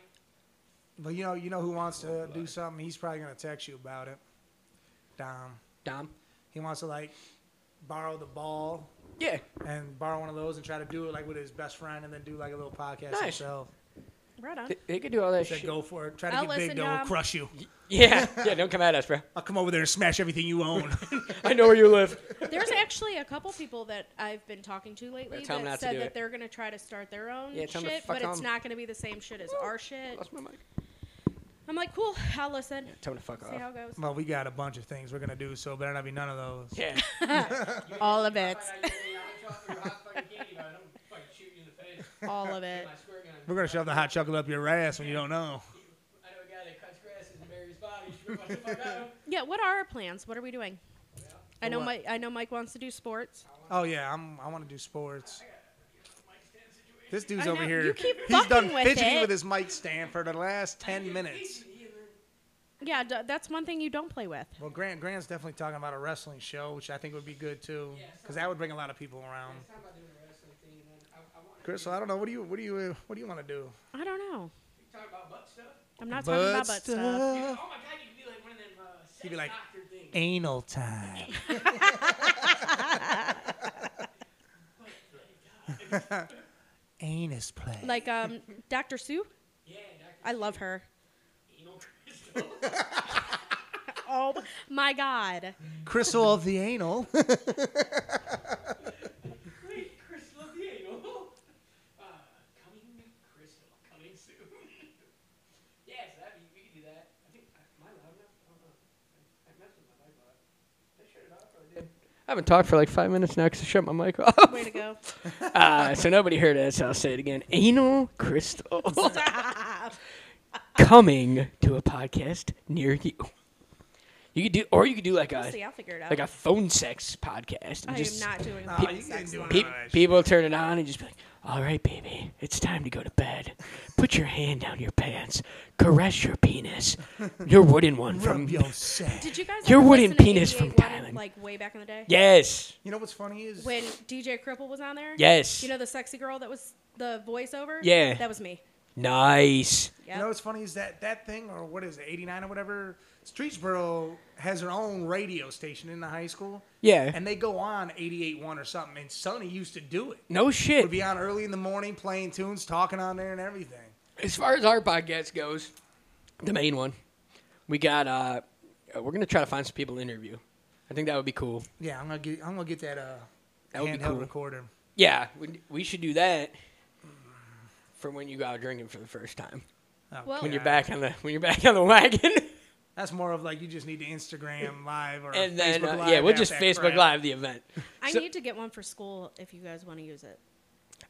Speaker 2: But you know, you know who wants to do something? He's probably gonna text you about it. Dom.
Speaker 4: Dom.
Speaker 2: He wants to like borrow the ball
Speaker 4: Yeah.
Speaker 2: and borrow one of those and try to do it like with his best friend and then do like a little podcast
Speaker 4: Nice.
Speaker 2: himself.
Speaker 5: Right on.
Speaker 4: They, they could do all that
Speaker 2: Said
Speaker 4: shit.
Speaker 2: go for it. Try to
Speaker 5: I'll
Speaker 2: get
Speaker 5: Oh, listen,
Speaker 2: big though. We'll
Speaker 5: Dom.
Speaker 2: crush you.
Speaker 4: Yeah, yeah. Don't come at us, bro.
Speaker 2: I'll come over there and smash everything you own.
Speaker 4: I know where you live.
Speaker 5: There's actually a couple people that I've been talking to lately
Speaker 4: Yeah, tell 'em not
Speaker 5: that
Speaker 4: to do
Speaker 5: said that
Speaker 4: it.
Speaker 5: they're going to try to start their own
Speaker 4: Yeah, tell 'em to
Speaker 5: shit,
Speaker 4: fuck
Speaker 5: but it's
Speaker 4: on.
Speaker 5: not going to be the same shit as our shit.
Speaker 4: Lost my mic.
Speaker 5: I'm like, cool, I'll listen.
Speaker 4: Tell him to fuck
Speaker 5: See how
Speaker 4: off.
Speaker 5: it goes.
Speaker 2: well, we got a bunch of things we're gonna do, so it better not be none of those.
Speaker 4: Yeah.
Speaker 5: All of it. All of it.
Speaker 2: We're gonna shove the hot chocolate up your ass when you don't know.
Speaker 5: Yeah, what are our plans? What are we doing? I know
Speaker 2: What?
Speaker 5: Mike. I know Mike wants to do sports.
Speaker 2: Oh yeah, I'm. I want to do sports. This dude's
Speaker 5: I
Speaker 2: over
Speaker 5: know,
Speaker 2: here.
Speaker 5: you keep
Speaker 2: He's done
Speaker 5: fucking with
Speaker 2: fidgeting
Speaker 5: it.
Speaker 2: with his mic stand for the last ten minutes.
Speaker 5: Yeah, d- that's one thing you don't play with.
Speaker 2: Well, Grant Grant's definitely talking about a wrestling show, which I think would be good too, because that would bring a lot of people around. Crystal, I don't know. What do you? What do you? uh, What do you want to do?
Speaker 5: I don't know. I'm not
Speaker 2: Butt
Speaker 5: talking about butt stuff.
Speaker 4: Oh
Speaker 2: stuff.
Speaker 4: my god, you could be like one of them uh, sex
Speaker 2: be like-
Speaker 4: doctor things.
Speaker 2: Anal time. Anus play.
Speaker 5: Like um, Dr. Sue.
Speaker 4: Yeah, Dr.
Speaker 5: I love her.
Speaker 4: Anal Crystal.
Speaker 5: Oh my God.
Speaker 2: Crystal of the anal.
Speaker 4: Wait, Crystal of the Anal. Uh, coming Crystal, coming soon. yes, that'd be, we could do that. I think, uh, am I loud enough? I don't know. I, I messed with my mic a lot. Did I shut it off or I did? I haven't talked for like five minutes now because I shut my mic off.
Speaker 5: Way to go.
Speaker 4: Uh, so nobody heard it, so I'll say it again. Anal Crystal. Coming to a podcast near you. You could do, or you could do like
Speaker 5: See,
Speaker 4: a
Speaker 5: I'll figure it out.
Speaker 4: like a phone sex podcast. and
Speaker 5: I am
Speaker 4: just
Speaker 5: not doing
Speaker 2: Oh,
Speaker 5: phone
Speaker 2: you
Speaker 5: sex
Speaker 2: can do
Speaker 5: one.
Speaker 2: it.
Speaker 4: pe-
Speaker 2: Alright,
Speaker 4: people turn it on and just be like, "All right, baby, it's time to go to bed. Put your hand down your pants, caress your penis, your wooden one from
Speaker 2: Rub your sack.
Speaker 5: Did you guys
Speaker 4: Your
Speaker 5: ever
Speaker 4: wooden
Speaker 5: listen to
Speaker 4: penis from
Speaker 5: 88 one,
Speaker 4: Thailand.
Speaker 5: Like way back in the day?
Speaker 4: yes,
Speaker 2: You know what's funny is
Speaker 5: When DJ Cripple was on there?
Speaker 4: yes,
Speaker 5: You know the sexy girl that was the voiceover?
Speaker 4: Yeah.
Speaker 5: That was me.
Speaker 4: nice."
Speaker 5: Yeah.
Speaker 2: You know what's funny is that that thing, or what is it, 89 or whatever, Streetsboro has her own radio station in the high school.
Speaker 4: Yeah.
Speaker 2: And they go on 88.1 or something, and Sonny used to do it.
Speaker 4: No
Speaker 2: Would
Speaker 4: shit.
Speaker 2: be on early in the morning playing tunes, talking on there and everything.
Speaker 4: as far as our podcast goes, the main one, we got. uh We're gonna try to find some people to interview. I think that would be cool.
Speaker 2: Yeah, I'm gonna get I'm gonna get that uh
Speaker 4: That would be
Speaker 2: handheld
Speaker 4: cool.
Speaker 2: recorder.
Speaker 4: Yeah, we, we should do that for when you go out drinking for the first time.
Speaker 2: Oh,
Speaker 5: Well-
Speaker 4: When
Speaker 5: Yeah.
Speaker 4: you're back on the when you're back on the wagon,
Speaker 2: That's more of like you just need to Instagram live or
Speaker 4: and then
Speaker 2: Facebook
Speaker 4: uh,
Speaker 2: live
Speaker 4: yeah, we'll
Speaker 2: half
Speaker 4: just
Speaker 2: that
Speaker 4: Facebook
Speaker 2: crap.
Speaker 4: Live the event.
Speaker 5: I
Speaker 4: So-
Speaker 5: need to get one for school if you guys want to use it.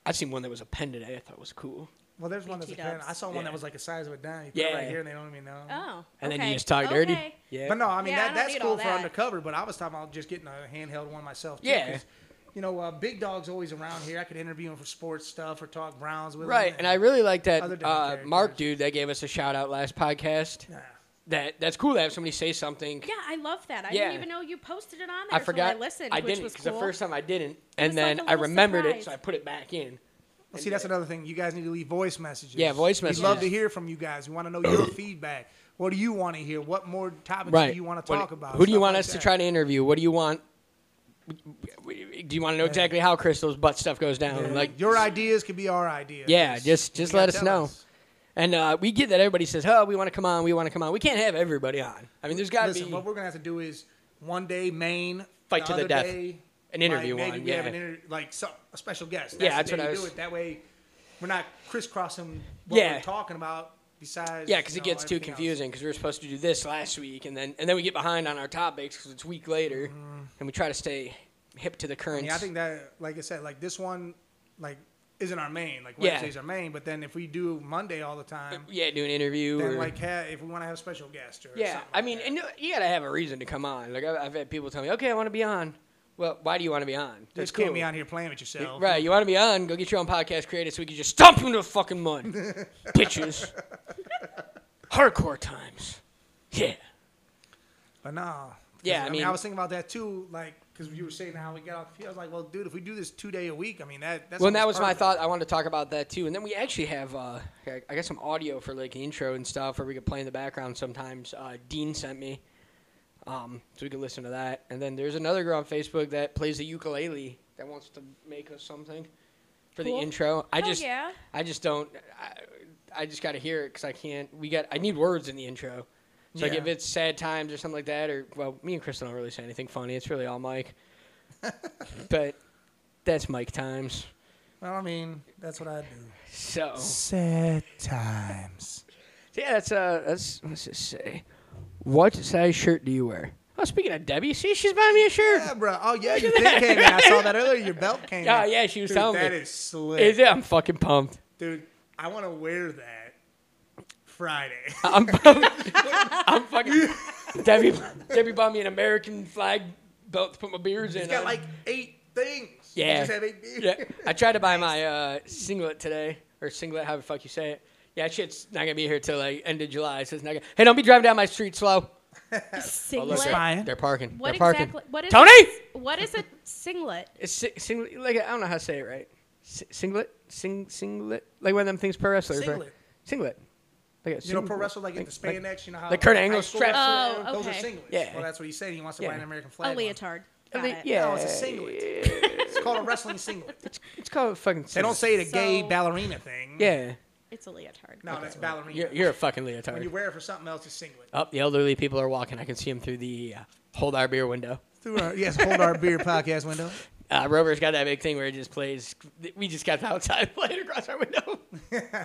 Speaker 4: I seen one that was a pen today. I thought was cool,
Speaker 2: Well, there's one that's a
Speaker 5: BT
Speaker 2: pen.
Speaker 5: dubs.
Speaker 2: I saw one
Speaker 4: Yeah.
Speaker 2: that was like the size of a dime. You put it right
Speaker 4: Yeah.
Speaker 2: here and they don't even know.
Speaker 5: Oh.
Speaker 4: and then
Speaker 5: okay.
Speaker 4: you just talk dirty.
Speaker 5: Okay.
Speaker 4: Yeah,
Speaker 2: But no, I mean
Speaker 5: Yeah, I
Speaker 2: that,
Speaker 5: don't
Speaker 2: that's
Speaker 5: need
Speaker 2: cool
Speaker 5: all
Speaker 2: for
Speaker 5: that.
Speaker 2: undercover. But I was talking about just getting a handheld one myself. Too,
Speaker 4: Yeah.
Speaker 2: 'cause you know, uh, Big Dog's always around here. I could interview him for sports stuff or talk Browns with him.
Speaker 4: Right, and I really like
Speaker 2: Other
Speaker 4: that
Speaker 2: different
Speaker 4: uh, Mark
Speaker 2: characters.
Speaker 4: dude that gave us a shout out last podcast.
Speaker 2: Yeah.
Speaker 4: That that's cool to have somebody say something.
Speaker 5: Yeah, I love that. I
Speaker 4: Yeah.
Speaker 5: didn't even know you posted it on
Speaker 4: I
Speaker 5: there.
Speaker 4: forgot.
Speaker 5: Till I listened,
Speaker 4: I
Speaker 5: which
Speaker 4: didn't
Speaker 5: was
Speaker 4: because
Speaker 5: cool.
Speaker 4: the first time I didn't, and
Speaker 5: was like
Speaker 4: then
Speaker 5: a
Speaker 4: I
Speaker 5: little
Speaker 4: remembered it,
Speaker 5: surprise.
Speaker 4: so I put it back in.
Speaker 2: Well, see, that's another thing. You guys need to leave voice messages.
Speaker 4: Yeah, voice
Speaker 2: We'd love
Speaker 4: messages.
Speaker 2: to hear from you guys. We want to know your feedback. What do you want to hear? What more topics do you want to
Speaker 4: What-
Speaker 2: talk about?
Speaker 4: Who do you
Speaker 2: Stuff
Speaker 4: want
Speaker 2: like
Speaker 4: us to
Speaker 2: that.
Speaker 4: try to interview? What do you want? Do you want to know exactly how Crystal's butt stuff goes down?
Speaker 2: Yeah.
Speaker 4: Like
Speaker 2: your ideas could be our ideas.
Speaker 4: Yeah, just just
Speaker 2: You
Speaker 4: let
Speaker 2: gotta
Speaker 4: us
Speaker 2: tell
Speaker 4: know. And uh, we get that everybody says, "Oh, we want to come on, we want to come on." We can't have everybody on. I mean, there's got to
Speaker 2: Listen,
Speaker 4: be
Speaker 2: what we're gonna have to do is one day Maine
Speaker 4: Fight to the
Speaker 2: other
Speaker 4: death.
Speaker 2: day,
Speaker 4: An interview
Speaker 2: Like, maybe
Speaker 4: one,
Speaker 2: we have
Speaker 4: yeah.
Speaker 2: an inter- like so, a special guest.
Speaker 4: Yeah, that's
Speaker 2: the day
Speaker 4: what I
Speaker 2: we
Speaker 4: was-
Speaker 2: Do it that way. We're not crisscrossing what
Speaker 4: Yeah.
Speaker 2: we're talking about. Besides,
Speaker 4: yeah, because
Speaker 2: you
Speaker 4: it
Speaker 2: know,
Speaker 4: gets too
Speaker 2: everything else.
Speaker 4: confusing. Because we were supposed to do this last week, and then and then we get behind on our topics because it's a week later, and we try to stay hip to the current.
Speaker 2: Yeah, Mm-hmm. I think that, like I said, like this one, like isn't our main. Like
Speaker 4: Yeah.
Speaker 2: Wednesday's our main, but then if we do Monday all the time,
Speaker 4: yeah, do an interview.
Speaker 2: then
Speaker 4: or,
Speaker 2: like ha- if we want to have a special guest or
Speaker 4: yeah,
Speaker 2: something
Speaker 4: I
Speaker 2: like
Speaker 4: mean,
Speaker 2: that.
Speaker 4: and you- you gotta have a reason to come on. Like I, I've had people tell me, "Okay, I want to be on." Well, why do you want to be on? That's
Speaker 2: just can't
Speaker 4: cool.
Speaker 2: be on here playing with yourself.
Speaker 4: Right, you want to be on? Go get your own podcast created so we can just stomp you into the fucking mud, bitches. Hardcore times. Yeah.
Speaker 2: But no. 'Cause,
Speaker 4: Yeah, I mean-
Speaker 2: I was thinking about that too, like because you were saying how we got off. I was like, well, dude, if we do this two day a week, I mean that. That's
Speaker 4: Well, and that was
Speaker 2: almost
Speaker 4: my
Speaker 2: perfect.
Speaker 4: thought. I wanted to talk about that too. And then we actually have, uh, I I got some audio for like the intro and stuff, or we could play in the background sometimes. Uh, Dean sent me, um, so we could listen to that. And then there's another girl on Facebook that plays the ukulele that wants to make us something for
Speaker 5: Cool.
Speaker 4: the intro. I
Speaker 5: Hell
Speaker 4: just,
Speaker 5: yeah.
Speaker 4: I just don't. I, I just got to hear it because I can't. We got. I need words in the intro. So like
Speaker 2: Yeah.
Speaker 4: if it's sad times or something like that, or well, me and Kristen don't really say anything funny. It's really all Mike. but that's Mike times.
Speaker 2: Well, I mean, that's what I do.
Speaker 4: So
Speaker 2: Sad times.
Speaker 4: yeah, that's uh, that's let's just say, what size shirt do you wear? Oh, speaking of Debbie, see, she's buying me a shirt.
Speaker 2: Yeah, bro. Oh yeah, your thing came in. I saw that earlier. Your belt came.
Speaker 4: Oh,
Speaker 2: in.
Speaker 4: yeah, she was
Speaker 2: dude,
Speaker 4: telling me.
Speaker 2: That is slick,
Speaker 4: Is it? I'm fucking pumped.
Speaker 2: dude. I want to wear that Friday.
Speaker 4: I'm pumped. I'm fucking Debbie. Debbie bought me an American flag belt to put my beers in.
Speaker 2: It's got
Speaker 4: on.
Speaker 2: like eight things. You
Speaker 4: yeah,
Speaker 2: just have eight beers.
Speaker 4: yeah. I tried to buy my uh, singlet today or singlet, however the fuck you say it. Yeah, that shit's not gonna be here till like end of July. So it's not gonna. Hey, don't be driving down my street slow. Oh,
Speaker 5: singlet.
Speaker 2: They're spying.
Speaker 4: They're parking.
Speaker 5: What
Speaker 4: They're parking.
Speaker 5: exactly? What is
Speaker 4: Tony?
Speaker 5: what is a singlet?
Speaker 4: It's si- singlet, like I don't know how to say it right. Si- singlet, sing, singlet, like one of them things pro wrestlers, right?
Speaker 2: Singlet.
Speaker 4: Singlet. Like a
Speaker 2: You know,
Speaker 4: singlet.
Speaker 2: pro wrestling like, in the Spandex, you know how
Speaker 4: like Kurt Angle
Speaker 2: high school
Speaker 4: straps
Speaker 2: wrestlers,
Speaker 5: it on.
Speaker 2: Those are
Speaker 5: Oh, okay.
Speaker 2: singlets.
Speaker 4: Yeah.
Speaker 2: Well, that's what he's saying. He wants to
Speaker 4: Yeah.
Speaker 2: buy an American flag.
Speaker 5: A
Speaker 2: one.
Speaker 5: leotard. Oh, Got
Speaker 4: Like,
Speaker 5: it.
Speaker 4: yeah,
Speaker 2: No, it's a singlet. It's called a wrestling singlet.
Speaker 4: It's called a fucking.
Speaker 2: They don't say the gay
Speaker 5: So-
Speaker 2: ballerina thing.
Speaker 4: Yeah,
Speaker 5: It's a leotard.
Speaker 2: No, that's ballerina.
Speaker 4: you're, you're a fucking
Speaker 2: when
Speaker 4: leotard.
Speaker 2: you wear it for something else, it's singlet.
Speaker 4: Up, the elderly people are walking. I can see them through the uh, hold our beer window.
Speaker 2: Through our, yes, hold our beer podcast window.
Speaker 4: Uh, Rover's got that big thing where it just plays. We just got the outside played across our window.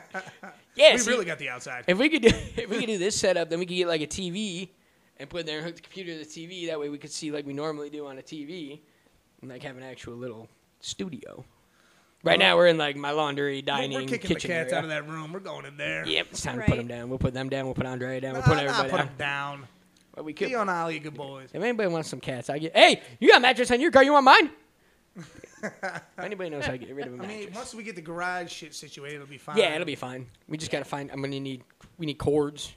Speaker 4: yeah,
Speaker 2: We
Speaker 4: see,
Speaker 2: really got the outside.
Speaker 4: If we could do if we could do this setup, then we could get like a TV and put in there and hook the computer to the TV. That way we could see like we normally do on a TV, and like have an actual little studio. Right now we're in like my laundry,
Speaker 2: We're-
Speaker 4: dining,
Speaker 2: We're kicking the
Speaker 4: kitchen
Speaker 2: cats
Speaker 4: area.
Speaker 2: out of that room. We're going in there.
Speaker 4: Yep, it's time to put them
Speaker 5: Right.
Speaker 4: down. We'll put them down. We'll put Andre down. We'll
Speaker 2: Nah,
Speaker 4: put
Speaker 2: nah,
Speaker 4: everybody
Speaker 2: put
Speaker 4: down.
Speaker 2: 'em down.
Speaker 4: But we could.
Speaker 2: Be on Ali, good boys.
Speaker 4: If anybody wants some cats, I get. Hey, you got a mattress on your car? You want mine? if anybody knows how to get rid of a
Speaker 2: I
Speaker 4: mattress.
Speaker 2: mean, once we get the garage shit situated, it'll be fine.
Speaker 4: Yeah, it'll be fine. We just gotta find. I'm gonna need. We need cords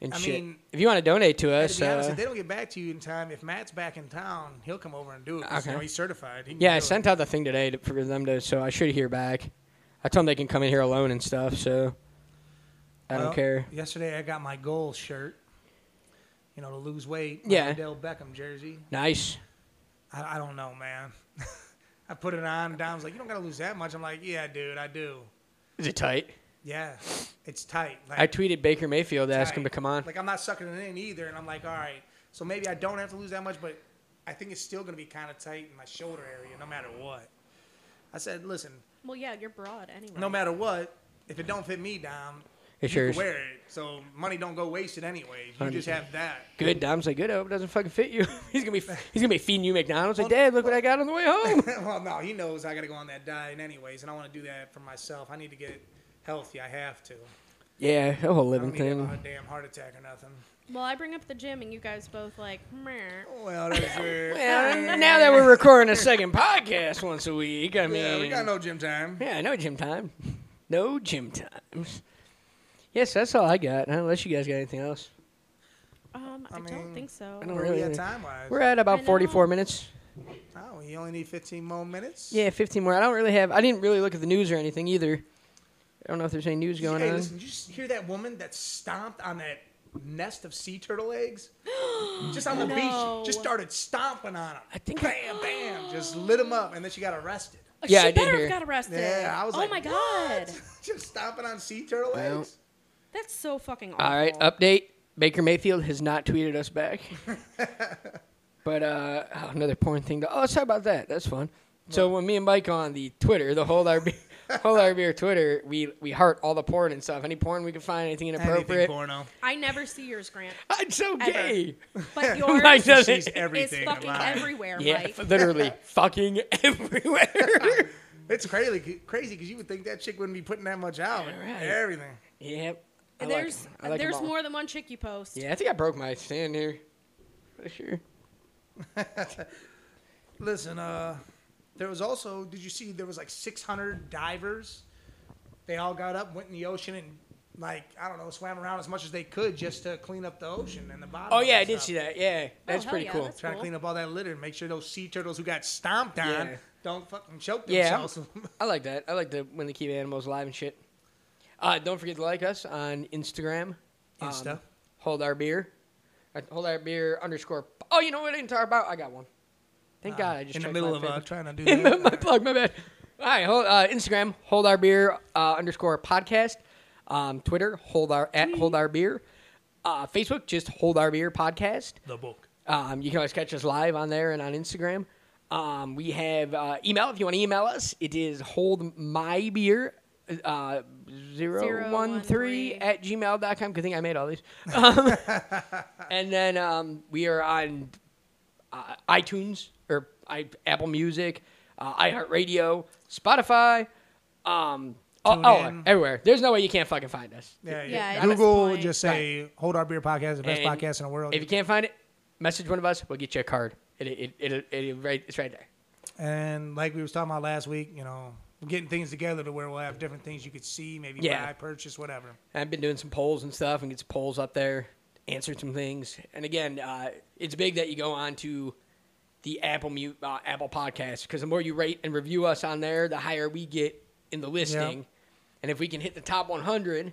Speaker 4: and
Speaker 2: I
Speaker 4: shit.
Speaker 2: mean-
Speaker 4: if you want to donate to
Speaker 2: And
Speaker 4: us,
Speaker 2: to be honest,
Speaker 4: uh,
Speaker 2: if they don't get back to you in time, if Matt's back in town, he'll come over and do it. 'cause, you
Speaker 4: Okay.
Speaker 2: know, he's certified. He can
Speaker 4: yeah, I
Speaker 2: do it.
Speaker 4: sent out the thing today to, for them to. So I should hear back. I told them they can come in here alone and stuff. So I
Speaker 2: Well,
Speaker 4: don't care.
Speaker 2: Yesterday, I got my goal shirt. You know, to lose weight.
Speaker 4: Yeah.
Speaker 2: Dell Beckham jersey.
Speaker 4: Nice.
Speaker 2: I, I don't know, man. I put it on. Dom's like, you don't gotta lose that much. I'm like, yeah, dude, I do.
Speaker 4: Is it tight?
Speaker 2: Yeah, it's tight. Like,
Speaker 4: I tweeted Baker Mayfield to ask him to
Speaker 2: tight.
Speaker 4: come on.
Speaker 2: Like, I'm not sucking it in either. And I'm like, all right, so maybe I don't have to lose that much, but I think it's still gonna be kind of tight in my shoulder area, no matter what. I said, listen,
Speaker 5: Well, yeah, you're broad anyway.
Speaker 2: no matter what, if it don't fit me, Dom,
Speaker 4: It's
Speaker 2: you can
Speaker 4: yours.
Speaker 2: wear it. So money don't go wasted anyway. You just have that.
Speaker 4: Good. Dom's like, good. I hope it doesn't fucking fit you. he's gonna be. He's gonna be feeding you McDonald's. Like, Dad, look what I got on the way home.
Speaker 2: well, no, he knows I got to go on that diet anyways, and I want to do that for myself. I need to get healthy. I have to.
Speaker 4: yeah, the whole
Speaker 2: I
Speaker 4: living
Speaker 2: don't need to have
Speaker 4: thing.
Speaker 2: a damn heart attack or nothing.
Speaker 5: Well, I bring up the gym, and you guys both like, meh.
Speaker 2: Well, that's it.
Speaker 4: Well, now that we're recording a second podcast once a week, I mean,
Speaker 2: Yeah, we got no gym time.
Speaker 4: yeah, no gym time, no gym times. Yes, that's all I got. Unless you guys got anything else,
Speaker 5: Um, I,
Speaker 2: mean,
Speaker 5: don't think so.
Speaker 4: I don't
Speaker 2: Where are we
Speaker 4: really.
Speaker 2: at time wise?
Speaker 4: We're at
Speaker 5: I
Speaker 4: about
Speaker 5: know.
Speaker 4: 44 minutes.
Speaker 2: Oh, you only need 15 more minutes?
Speaker 4: Yeah, 15 more. I don't really have. I didn't really look at the news or anything either. I don't know if there's any news going
Speaker 2: hey,
Speaker 4: on.
Speaker 2: listen, did you s- hear that woman that stomped on that nest of sea turtle eggs? just on the
Speaker 5: No.
Speaker 2: beach, just started stomping on them.
Speaker 4: I think-
Speaker 2: bam, bam, just lit them up, and then she got arrested.
Speaker 5: Uh,
Speaker 4: Yeah,
Speaker 5: she
Speaker 4: I did
Speaker 5: better
Speaker 4: hear.
Speaker 5: have got arrested.
Speaker 2: Yeah, I was
Speaker 5: oh
Speaker 2: like,
Speaker 5: my god,
Speaker 2: "What?" just stomping on sea turtle
Speaker 4: Well.
Speaker 2: eggs.
Speaker 5: that's so fucking awful.
Speaker 4: All right, update. Baker Mayfield has not tweeted us back. but uh, oh, another porn thing. To, oh, let's talk about that. That's fun. So when me and Mike on the Twitter, the whole RB, whole RB Twitter, we we heart all the porn and stuff. Any porn we can find, anything inappropriate.
Speaker 2: porno.
Speaker 5: I never see yours, Grant,
Speaker 4: I'm so
Speaker 5: Ever.
Speaker 4: gay. Mike
Speaker 5: but yours
Speaker 4: does
Speaker 2: She's
Speaker 4: it.
Speaker 5: is
Speaker 2: everything.
Speaker 5: fucking
Speaker 2: alive.
Speaker 5: everywhere,
Speaker 4: Yeah,
Speaker 5: Mike.
Speaker 4: f- literally fucking everywhere.
Speaker 2: It's crazy, crazy because you would think that chick wouldn't be putting that much out.
Speaker 4: Yeah, right.
Speaker 2: Everything.
Speaker 4: yep. I like
Speaker 5: There's
Speaker 4: 'em. I like 'em
Speaker 5: there's
Speaker 4: all.
Speaker 5: more than one chick you post.
Speaker 4: Yeah, I think I broke my stand here. For sure.
Speaker 2: Listen, uh, there was also. Did you see there was like 600 divers? They all got up, went in the ocean, and like I don't know, swam around as much as they could just to clean up the ocean and the bottom.
Speaker 4: Oh yeah, I
Speaker 2: and
Speaker 4: did
Speaker 2: stuff.
Speaker 4: see that. Yeah, that's
Speaker 5: Oh, hell
Speaker 4: pretty
Speaker 5: yeah,
Speaker 4: cool.
Speaker 5: that's-
Speaker 2: Trying to clean up all that litter and make sure those sea turtles who got stomped on
Speaker 4: Yeah.
Speaker 2: don't fucking choke
Speaker 4: Yeah.
Speaker 2: themselves.
Speaker 4: I like that. I like the when they keep animals alive and shit. Uh, don't forget to like us on Instagram. Um,
Speaker 2: Insta.
Speaker 4: hold our beer. Uh, Hold our beer underscore. Oh, you know what? I didn't talk about. I got one. Thank God, I just
Speaker 2: in the
Speaker 4: checked
Speaker 2: middle
Speaker 4: my
Speaker 2: of uh,
Speaker 4: paper.
Speaker 2: trying to do
Speaker 4: In
Speaker 2: that.
Speaker 4: the- my plug. My bad. All right, hold, uh, Instagram hold our beer uh, underscore podcast. Um, Twitter hold our at hold our beer. Uh, Facebook just hold our beer podcast.
Speaker 2: the book.
Speaker 4: Um, you can always catch us live on there and on Instagram. Um, we have uh, email if you want to email us. It is holdmybeer uh,
Speaker 5: Zero
Speaker 4: 013
Speaker 5: one three.
Speaker 4: at gmail.com. Good thing I made all these. Um, and then um, we are on uh, iTunes or I, Apple Music, uh, iHeartRadio, Spotify. Um, oh,
Speaker 2: Tune
Speaker 4: oh,
Speaker 2: in.
Speaker 4: everyw's. There's no way you can't fucking find us.
Speaker 2: Yeah,
Speaker 5: Yeah,
Speaker 2: yeah.
Speaker 5: at this
Speaker 2: Google
Speaker 5: point-
Speaker 2: just say "Hold Our Beer" podcast, the best
Speaker 4: And
Speaker 2: podcast in the world.
Speaker 4: If you can't find it, message one of us. We'll get you a card. It, it, it, it, it- right, it's right there.
Speaker 2: And like we was talking about last week, you know, we're getting things together to where we'll have different things you could see, maybe
Speaker 4: Yeah.
Speaker 2: buy, purchase, whatever.
Speaker 4: I've been doing some polls and stuff and get some polls up there, answered some things. And again, uh, it's big that you go on to the Apple Mute, uh, Apple Podcast because the more you rate and review us on there, the higher we get in the listing. And if we can hit the top 100,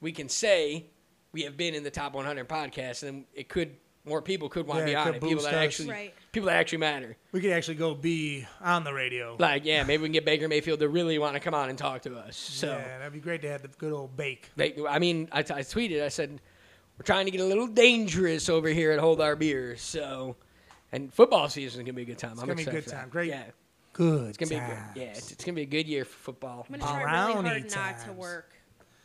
Speaker 4: we can say we have been in the top 100 podcasts, and it could more people could want to
Speaker 2: Yeah,
Speaker 4: be
Speaker 2: it
Speaker 4: on it.
Speaker 2: could
Speaker 4: People
Speaker 2: boost
Speaker 4: that
Speaker 2: us.
Speaker 4: actually,
Speaker 5: Right.
Speaker 4: people that actually matter.
Speaker 2: We could actually go be on the radio.
Speaker 4: Like, yeah, maybe we can get Baker Mayfield to really want to come on and talk to us. So.
Speaker 2: Yeah, that'd be great to have the good old bake.
Speaker 4: They, I mean, I, t- I tweeted. I said, "We're trying to get a little dangerous over here at Hold Our Beer." So, and football season is gonna be a good time. I'm
Speaker 2: gonna be a
Speaker 4: excited
Speaker 2: good
Speaker 4: for that.
Speaker 2: time. Great
Speaker 4: Yeah,
Speaker 2: Good.
Speaker 4: it's gonna be a good. Yeah, it's, it's gonna be a good year for football.
Speaker 5: I'm
Speaker 4: Um,
Speaker 5: gonna try really hard
Speaker 2: Brownie
Speaker 5: not to
Speaker 2: times.
Speaker 5: work.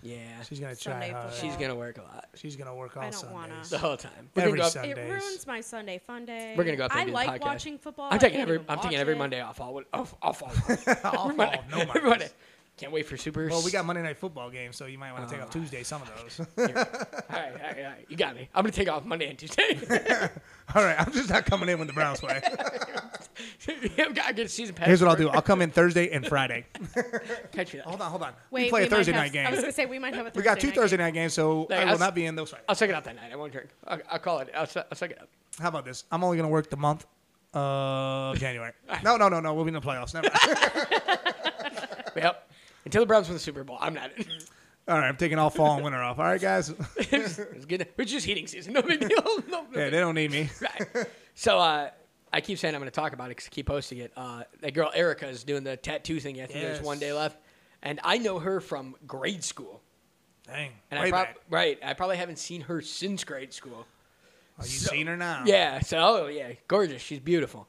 Speaker 4: yeah,
Speaker 2: She's gonna try
Speaker 5: Sunday
Speaker 2: hard.
Speaker 5: football.
Speaker 4: she's gonna work a lot
Speaker 2: She's gonna work all
Speaker 5: I don't
Speaker 2: Sundays.
Speaker 5: wanna.
Speaker 4: the whole time. We're
Speaker 2: Every
Speaker 4: gonna go up-
Speaker 2: Sundays.
Speaker 5: It ruins my Sunday fun day.
Speaker 4: We're gonna go up there
Speaker 5: I
Speaker 4: and do the
Speaker 5: like
Speaker 4: podcast.
Speaker 5: watching football.
Speaker 4: I'm
Speaker 5: I
Speaker 4: taking
Speaker 5: can't
Speaker 4: every.
Speaker 5: even
Speaker 4: I'm taking
Speaker 5: watch
Speaker 4: every
Speaker 5: it.
Speaker 4: Monday off. All off. Off. All.
Speaker 2: I'll
Speaker 4: every Monday.
Speaker 2: fall, Oh, no
Speaker 4: every
Speaker 2: Mondays.
Speaker 4: Monday. Can't wait for Super.
Speaker 2: Well, we got Monday night football games, so you might want to
Speaker 4: Oh.
Speaker 2: take off Tuesday some of those.
Speaker 4: All right, all right, all right. You got me. I'm gonna take off Monday and Tuesday.
Speaker 2: all right, I'm just not coming in when the Browns play.
Speaker 4: I've got to get a season pass.
Speaker 2: Here's what I'll do: I'll come in Thursday and Friday.
Speaker 4: Catch me that.
Speaker 2: Hold on, hold on.
Speaker 5: Wait,
Speaker 2: we play a
Speaker 5: might
Speaker 2: Thursday
Speaker 5: have-
Speaker 2: night game.
Speaker 5: I was gonna say we might have a Thursday
Speaker 2: we got two
Speaker 5: night
Speaker 2: Thursday
Speaker 5: game.
Speaker 2: night games, so
Speaker 4: Like,
Speaker 2: I
Speaker 4: I'll
Speaker 2: will
Speaker 4: s-
Speaker 2: not be in those Fridays.
Speaker 4: I'll suck it out that night. I won't drink. I'll, I'll call it. I'll, su- I'll suck it up.
Speaker 2: How about this? I'm only going to work the month of January. No, no, no, no. We'll be in the playoffs. Never mind.
Speaker 4: Yep. Until the Browns win the Super Bowl, I'm not in.
Speaker 2: all right, I'm taking all fall and winter off. All right, guys.
Speaker 4: it's good. It's just heating season. No big deal. No, no
Speaker 2: Yeah,
Speaker 4: big-
Speaker 2: they don't need me.
Speaker 4: Right. So uh, I keep saying I'm going to talk about it because I keep posting it. Uh, that girl Erica is doing the tattoo thing. I think there's
Speaker 2: Yes.
Speaker 4: one day left, and I know her from grade school.
Speaker 2: Dang.
Speaker 4: And
Speaker 2: way
Speaker 4: I prob-
Speaker 2: back.
Speaker 4: right. I probably haven't seen her since grade school.
Speaker 2: Oh, you seen her now?
Speaker 4: Yeah. So oh, yeah, gorgeous. She's beautiful.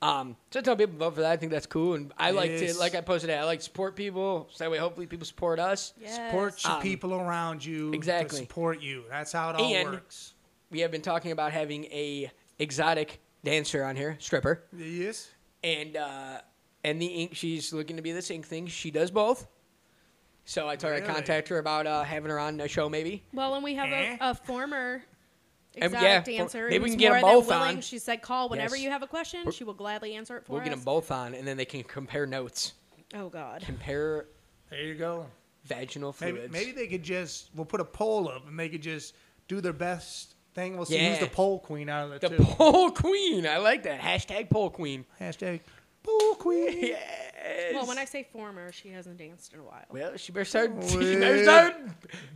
Speaker 4: Um, so I tell people vote for that. I think that's cool, and I like to
Speaker 2: Yes.
Speaker 4: like I posted it. I like to support people. So that way, hopefully, people support us.
Speaker 2: Support your
Speaker 4: Um,
Speaker 2: people around you.
Speaker 4: exactly.
Speaker 2: To support you. That's how it all
Speaker 4: And-
Speaker 2: works.
Speaker 4: we have been talking about having a exotic dancer on here, stripper,
Speaker 2: Yes.
Speaker 4: and uh, and the ink. She's looking to be this ink thing. She does both. So I told her I
Speaker 2: Really?
Speaker 4: contact her about uh, having her on the show, maybe.
Speaker 5: Well, and we have
Speaker 2: Eh?
Speaker 5: a, a former
Speaker 4: And
Speaker 5: Exotic
Speaker 4: yeah,
Speaker 5: dancer.
Speaker 4: maybe we
Speaker 5: who's
Speaker 4: can get
Speaker 5: more
Speaker 4: them
Speaker 5: than
Speaker 4: both
Speaker 5: willing.
Speaker 4: on.
Speaker 5: She said, "Call whenever
Speaker 4: Yes.
Speaker 5: you have a question. She will gladly answer it for
Speaker 4: We'll
Speaker 5: us."
Speaker 4: get them both on, and then they can compare notes,
Speaker 5: Oh God.
Speaker 4: compare
Speaker 2: There you go.
Speaker 4: vaginal
Speaker 2: Maybe,
Speaker 4: fluids.
Speaker 2: maybe they could just we'll put a poll up and they could just do their best thing. We'll see who's
Speaker 4: Yeah.
Speaker 2: the poll queen out of the,
Speaker 4: the
Speaker 2: two.
Speaker 4: pole queen. I like that hashtag pole queen.
Speaker 2: Hashtag poll queen.
Speaker 4: Yes.
Speaker 5: Well, when I say former, she hasn't danced in a while.
Speaker 4: Well, she better start. She better start.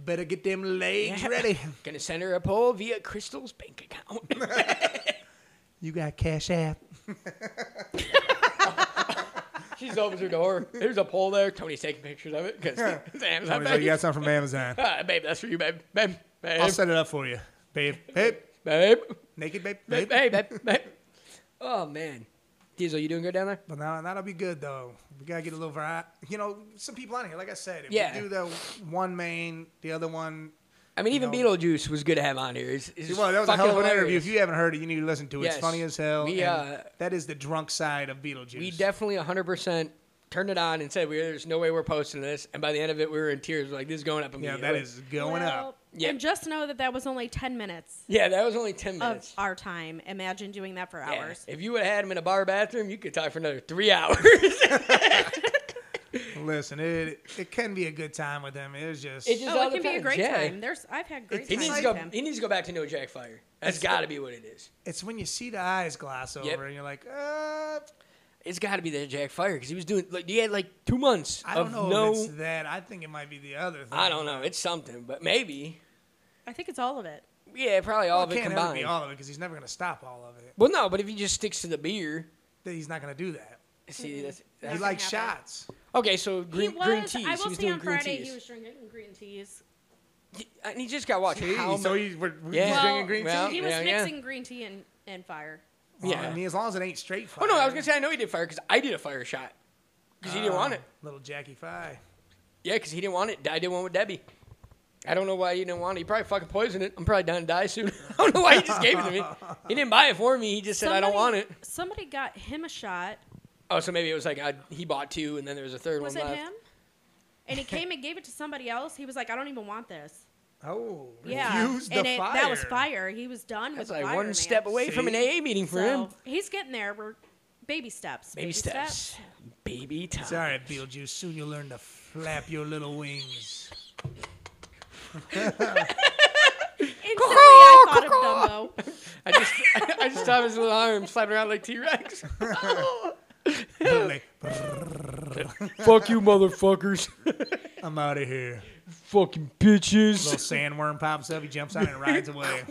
Speaker 2: Better get them legs ready.
Speaker 4: Gonna send her a poll via Crystal's bank account.
Speaker 2: You got cash app.
Speaker 4: She's opens her door. There's a poll there. Tony's taking pictures of it because it's Amazon.
Speaker 2: Tony's like,
Speaker 4: page.
Speaker 2: you got something from Amazon.
Speaker 4: Ah, babe, that's for you, babe. Babe, babe,
Speaker 2: I'll set it up for you, babe. Babe,
Speaker 4: babe,
Speaker 2: naked babe,
Speaker 4: babe,
Speaker 2: babe.
Speaker 4: babe, babe, babe. Oh man, Diesel, you doing good down there?
Speaker 2: But now that'll be good though. We gotta get a little variety. You know, some people on here. Like I said, if
Speaker 4: Yeah.
Speaker 2: we do the one main, the other one.
Speaker 4: I mean, even
Speaker 2: No.
Speaker 4: Beetlejuice was good to have on here. He's, he's
Speaker 2: Well, that was a hell of an
Speaker 4: fucking
Speaker 2: interview. If
Speaker 4: hilarious.
Speaker 2: you haven't heard it, you need to listen to it.
Speaker 4: Yes.
Speaker 2: It's funny as hell.
Speaker 4: We,
Speaker 2: and
Speaker 4: uh,
Speaker 2: that is the drunk side of Beetlejuice.
Speaker 4: we definitely 100% turned it on and said, "We there's no way we're posting this." And by the end of it, we were in tears. We're like, "This is going up
Speaker 2: yeah,
Speaker 4: immediately."
Speaker 2: that is going
Speaker 5: Well,
Speaker 2: up.
Speaker 4: Yeah.
Speaker 5: And just know that that was only ten minutes
Speaker 4: Yeah, that was only 10
Speaker 5: of
Speaker 4: minutes.
Speaker 5: our time. Imagine doing that for
Speaker 4: Yeah.
Speaker 5: hours.
Speaker 4: If you would have had him in a bar bathroom, you could talk for another three hours.
Speaker 2: Listen, it it can be a good time with them. It's just,
Speaker 4: It just-
Speaker 5: Oh,
Speaker 4: all
Speaker 5: it
Speaker 4: the
Speaker 5: can be a
Speaker 4: time.
Speaker 5: great
Speaker 4: Yeah.
Speaker 5: time. There's I've had great
Speaker 4: he,
Speaker 5: times
Speaker 4: needs to go,
Speaker 5: with him.
Speaker 4: he needs to go back to No Jack Fire. That's got to be what it is.
Speaker 2: it's when you see the eyes gloss over
Speaker 4: Yep.
Speaker 2: and you're like, uh,
Speaker 4: It's got to be the Jack Fire because he was doing like he had like two months
Speaker 2: I don't
Speaker 4: of
Speaker 2: know
Speaker 4: no.
Speaker 2: if it's that. I think it might be the other thing.
Speaker 4: I don't know. It's something, but maybe
Speaker 5: I think it's all of it.
Speaker 4: yeah, probably all
Speaker 2: Well,
Speaker 4: of
Speaker 2: it
Speaker 4: it
Speaker 2: can't ever be
Speaker 4: combined.
Speaker 2: all of it because he's never going to stop all of it.
Speaker 4: well, no, but if he just sticks to the beer,
Speaker 2: That He's not going to do that.
Speaker 4: see that's,
Speaker 2: He
Speaker 4: that's
Speaker 5: gonna
Speaker 2: likes
Speaker 5: happen.
Speaker 2: shots.
Speaker 4: okay. So green,
Speaker 5: he was.
Speaker 4: green teas.
Speaker 5: I
Speaker 4: he
Speaker 5: will
Speaker 4: was
Speaker 5: say
Speaker 4: doing
Speaker 5: on
Speaker 4: green
Speaker 5: Friday
Speaker 4: teas.
Speaker 5: he was drinking green teas.
Speaker 4: and he just got watched.
Speaker 2: See,
Speaker 4: how
Speaker 2: so
Speaker 4: mu-
Speaker 2: he's, we're, we're
Speaker 4: Yeah.
Speaker 2: just
Speaker 5: well,
Speaker 2: drinking green tea.
Speaker 4: well,
Speaker 5: he was
Speaker 4: yeah, yeah.
Speaker 5: mixing green tea and, and fire.
Speaker 2: Well,
Speaker 4: yeah.
Speaker 2: I mean, as long as it ain't straight fire.
Speaker 4: oh no, I was gonna say I know he did fire because I did a fire shot because he didn't want it.
Speaker 2: Little Jackie Fry.
Speaker 4: Yeah, because he didn't want it. I did one with Debbie. I don't know why he didn't want it. He probably fucking poisoned it. I'm probably down to die soon. I don't know why he just gave it to me. He didn't buy it for me. He just said I don't want it.
Speaker 5: Somebody got him a shot.
Speaker 4: Oh, so maybe it was like I, he bought two, and then there was a third
Speaker 5: Was
Speaker 4: one
Speaker 5: it
Speaker 4: left.
Speaker 5: him? And he came and gave it to somebody else. He was like, I don't even want this.
Speaker 2: Oh,
Speaker 5: Yeah.
Speaker 2: Use the
Speaker 5: and it,
Speaker 2: fire.
Speaker 5: that was fire. He was done
Speaker 4: That's
Speaker 5: with
Speaker 4: like
Speaker 5: fire.
Speaker 4: one
Speaker 5: man.
Speaker 4: step away from an AA meeting for him.
Speaker 5: So, He's getting there. We're baby steps.
Speaker 4: Baby steps. Baby time.
Speaker 2: It's all right, Beetlejuice. Soon you'll learn to flap your little wings.
Speaker 5: Instantly, I thought of Dumbo.
Speaker 4: I just I just saw his little arms flapping around like T Rex.
Speaker 2: Literally,
Speaker 4: Fuck you, motherfuckers.
Speaker 2: I'm out of here.
Speaker 4: Fucking
Speaker 2: Little
Speaker 4: bitches.
Speaker 2: sandworm pops up. He jumps on it and rides away.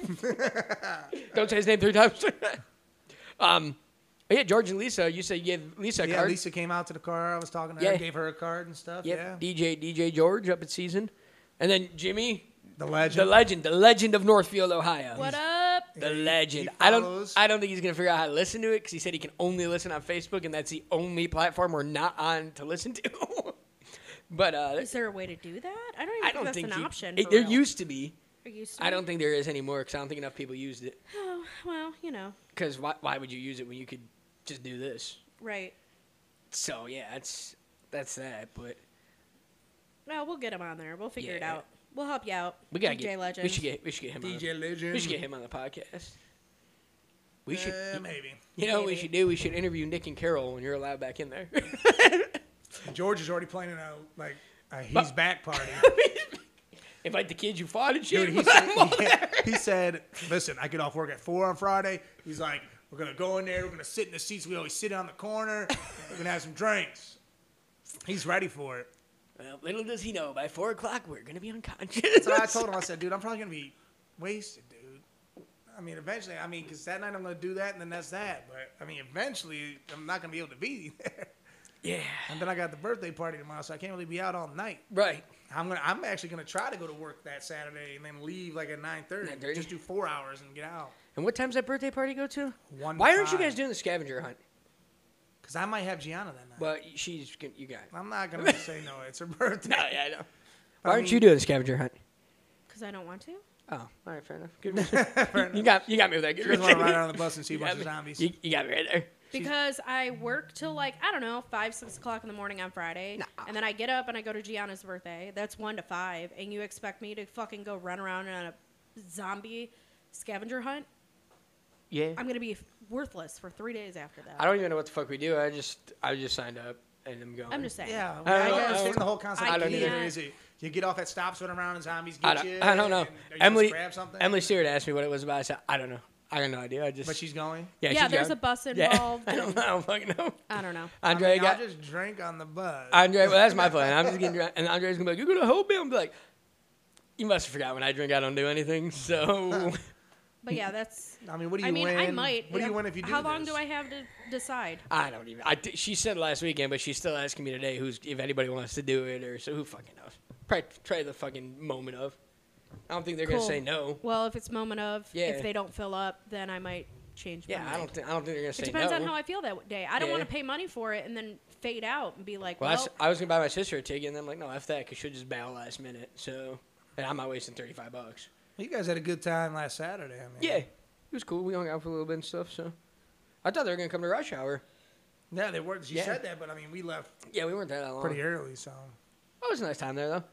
Speaker 4: Don't say his name three times. um, yeah, George and Lisa. You said you gave Lisa a
Speaker 2: Yeah,
Speaker 4: card.
Speaker 2: Lisa came out to the car. I was talking to
Speaker 4: Yeah.
Speaker 2: her, gave her a card and stuff.
Speaker 4: Yep.
Speaker 2: Yeah,
Speaker 4: DJ DJ George up at season, and then Jimmy,
Speaker 2: the
Speaker 4: the
Speaker 2: legend.
Speaker 4: legend, the legend of Northfield, Ohio.
Speaker 5: What up?
Speaker 4: The
Speaker 2: He- he
Speaker 4: legend. I don't.
Speaker 2: follows.
Speaker 4: I don't think he's gonna figure out how to listen to it because he said he can only listen on Facebook, and that's the only platform we're not on to listen to. but uh,
Speaker 5: Is there a way to do that? I don't even
Speaker 4: I
Speaker 5: think
Speaker 4: don't
Speaker 5: that's
Speaker 4: think
Speaker 5: an
Speaker 4: he-
Speaker 5: option.
Speaker 4: it-
Speaker 5: for
Speaker 4: there
Speaker 5: real.
Speaker 4: used to be.
Speaker 5: There used to
Speaker 4: I
Speaker 5: be?
Speaker 4: don't think there is anymore because I don't think enough people used it.
Speaker 5: Oh, well, you know,
Speaker 4: Because why, why would you use it when you could just do this?
Speaker 5: right.
Speaker 4: So yeah, that's that's that. But
Speaker 5: Well, we'll get him on there. We'll figure it
Speaker 4: Yeah.
Speaker 5: out. We'll help you out.
Speaker 4: we gotta
Speaker 5: DJ
Speaker 4: get
Speaker 5: Legend.
Speaker 4: We should get we should get him. on
Speaker 2: DJ
Speaker 4: the,
Speaker 2: legend.
Speaker 4: we should get him on the podcast. We should.
Speaker 2: Uh, maybe.
Speaker 4: You know what we
Speaker 5: Maybe.
Speaker 4: should do? We should interview Nick and Carol when you're allowed back in there.
Speaker 2: George is already planning a like a he's
Speaker 4: But-
Speaker 2: back party.
Speaker 4: Invite the kids you fought and shit.
Speaker 2: Dude, he said, he, said, "Listen, I get off work at four on Friday." He's like, "We're gonna go in there. We're gonna sit in the seats. We always sit on the corner. We're gonna have some drinks." He's ready for it.
Speaker 4: well, little does he know, by four o'clock we're gonna be unconscious.
Speaker 2: So I told him, I said, "Dude, I'm probably gonna be wasted, dude." I mean, eventually, I mean, because that night I'm gonna do that, and then that's that. But I mean, eventually, I'm not gonna be able to be there.
Speaker 4: yeah.
Speaker 2: And then I got the birthday party tomorrow, so I can't really be out all night.
Speaker 4: Right.
Speaker 2: I'm gonna, I'm actually gonna try to go to work that Saturday and then leave like at 9:30.
Speaker 4: 9:30?
Speaker 2: Just do four hours and get out.
Speaker 4: And what time's that birthday party go to?
Speaker 2: One
Speaker 4: Why aren't you
Speaker 2: time.
Speaker 4: guys doing the scavenger hunt?
Speaker 2: Cause I might have Gianna that night.
Speaker 4: But she's gon- you got. It.
Speaker 2: I'm not gonna say no. It's her birthday.
Speaker 4: No, yeah, I know. Why aren't
Speaker 2: mean-
Speaker 4: you doing the scavenger hunt?
Speaker 5: Because I don't want to.
Speaker 4: Oh, all right, fair enough. Good reason. you got you got me with that. Good
Speaker 2: She just want to
Speaker 4: reason.
Speaker 2: ride out on the bus and see a
Speaker 4: You got
Speaker 2: bunch of
Speaker 4: me.
Speaker 2: zombies.
Speaker 4: You, you got me right there.
Speaker 5: Because I work till like I don't know five six o'clock in the morning on Friday, and then I get up and I go to Gianna's birthday. That's one to five, and you expect me to fucking go run around in a zombie scavenger hunt,
Speaker 4: Yeah.
Speaker 5: I'm gonna be worthless for three days after that.
Speaker 4: I don't even know what the fuck we do. I just I just signed up and I'm going.
Speaker 5: I'm just saying.
Speaker 2: Yeah,
Speaker 4: I
Speaker 2: I,
Speaker 4: don't
Speaker 2: don't
Speaker 4: know.
Speaker 2: understand the whole concept.
Speaker 5: I
Speaker 2: of
Speaker 4: don't
Speaker 2: theater
Speaker 5: either.
Speaker 2: Is it you get off at stops, run around, and zombies get
Speaker 4: I don't,
Speaker 2: you?
Speaker 4: I don't know.
Speaker 2: and- or you just
Speaker 4: Emily
Speaker 2: grab something?
Speaker 4: Emily Stewart asked me what it was about. I said I don't know. I got no idea. I just
Speaker 2: but she's going.
Speaker 4: yeah.
Speaker 5: Yeah,
Speaker 4: she's
Speaker 5: there's
Speaker 4: gone.
Speaker 5: a bus
Speaker 4: Yeah.
Speaker 5: involved.
Speaker 4: I don't know. I don't fucking know.
Speaker 5: I don't know.
Speaker 4: Andre
Speaker 2: I mean,
Speaker 4: got
Speaker 2: I'll just drink on the bus.
Speaker 4: Andre. Well, that's my plan. I'm just getting drunk, and Andre's gonna be like, "You're gonna help me." I'm like, "You must have forgot when I drink, I don't do anything." So
Speaker 5: But yeah, that's.
Speaker 2: I mean, what do you
Speaker 5: I mean,
Speaker 2: win?
Speaker 5: I might.
Speaker 2: What do you win if you do
Speaker 5: How long
Speaker 2: this?
Speaker 5: do I have to decide?
Speaker 4: I don't even. I di- she said last weekend, but she's still asking me today who's if anybody wants to do it or so. Who fucking knows? Probably try the fucking moment of. I don't think they're
Speaker 5: Cool.
Speaker 4: gonna say no.
Speaker 5: Well, if it's moment of,
Speaker 4: Yeah.
Speaker 5: if they don't fill up, then I might change.
Speaker 4: Yeah,
Speaker 5: my
Speaker 4: I
Speaker 5: mind.
Speaker 4: don't. Th- I don't think they're gonna say
Speaker 5: It depends
Speaker 4: no.
Speaker 5: on how I feel that day. I don't
Speaker 4: Yeah.
Speaker 5: want to pay money for it and then fade out and be like,
Speaker 4: well,
Speaker 5: well,
Speaker 4: that's- I was gonna buy my sister a ticket, and then I'm like, no, f that, cause she'll just bail last minute. So, and I'm not wasting thirty five bucks.
Speaker 2: You guys had a good time last Saturday. I mean,
Speaker 4: Yeah, it was cool. We hung out for a little bit and stuff. So, I thought they were gonna come to rush hour.
Speaker 2: Yeah, they were. She
Speaker 4: Yeah. Uh-huh.
Speaker 2: said that, but I mean, we left
Speaker 4: Yeah, we weren't there that long.
Speaker 2: pretty early, so
Speaker 4: It was a nice time there though.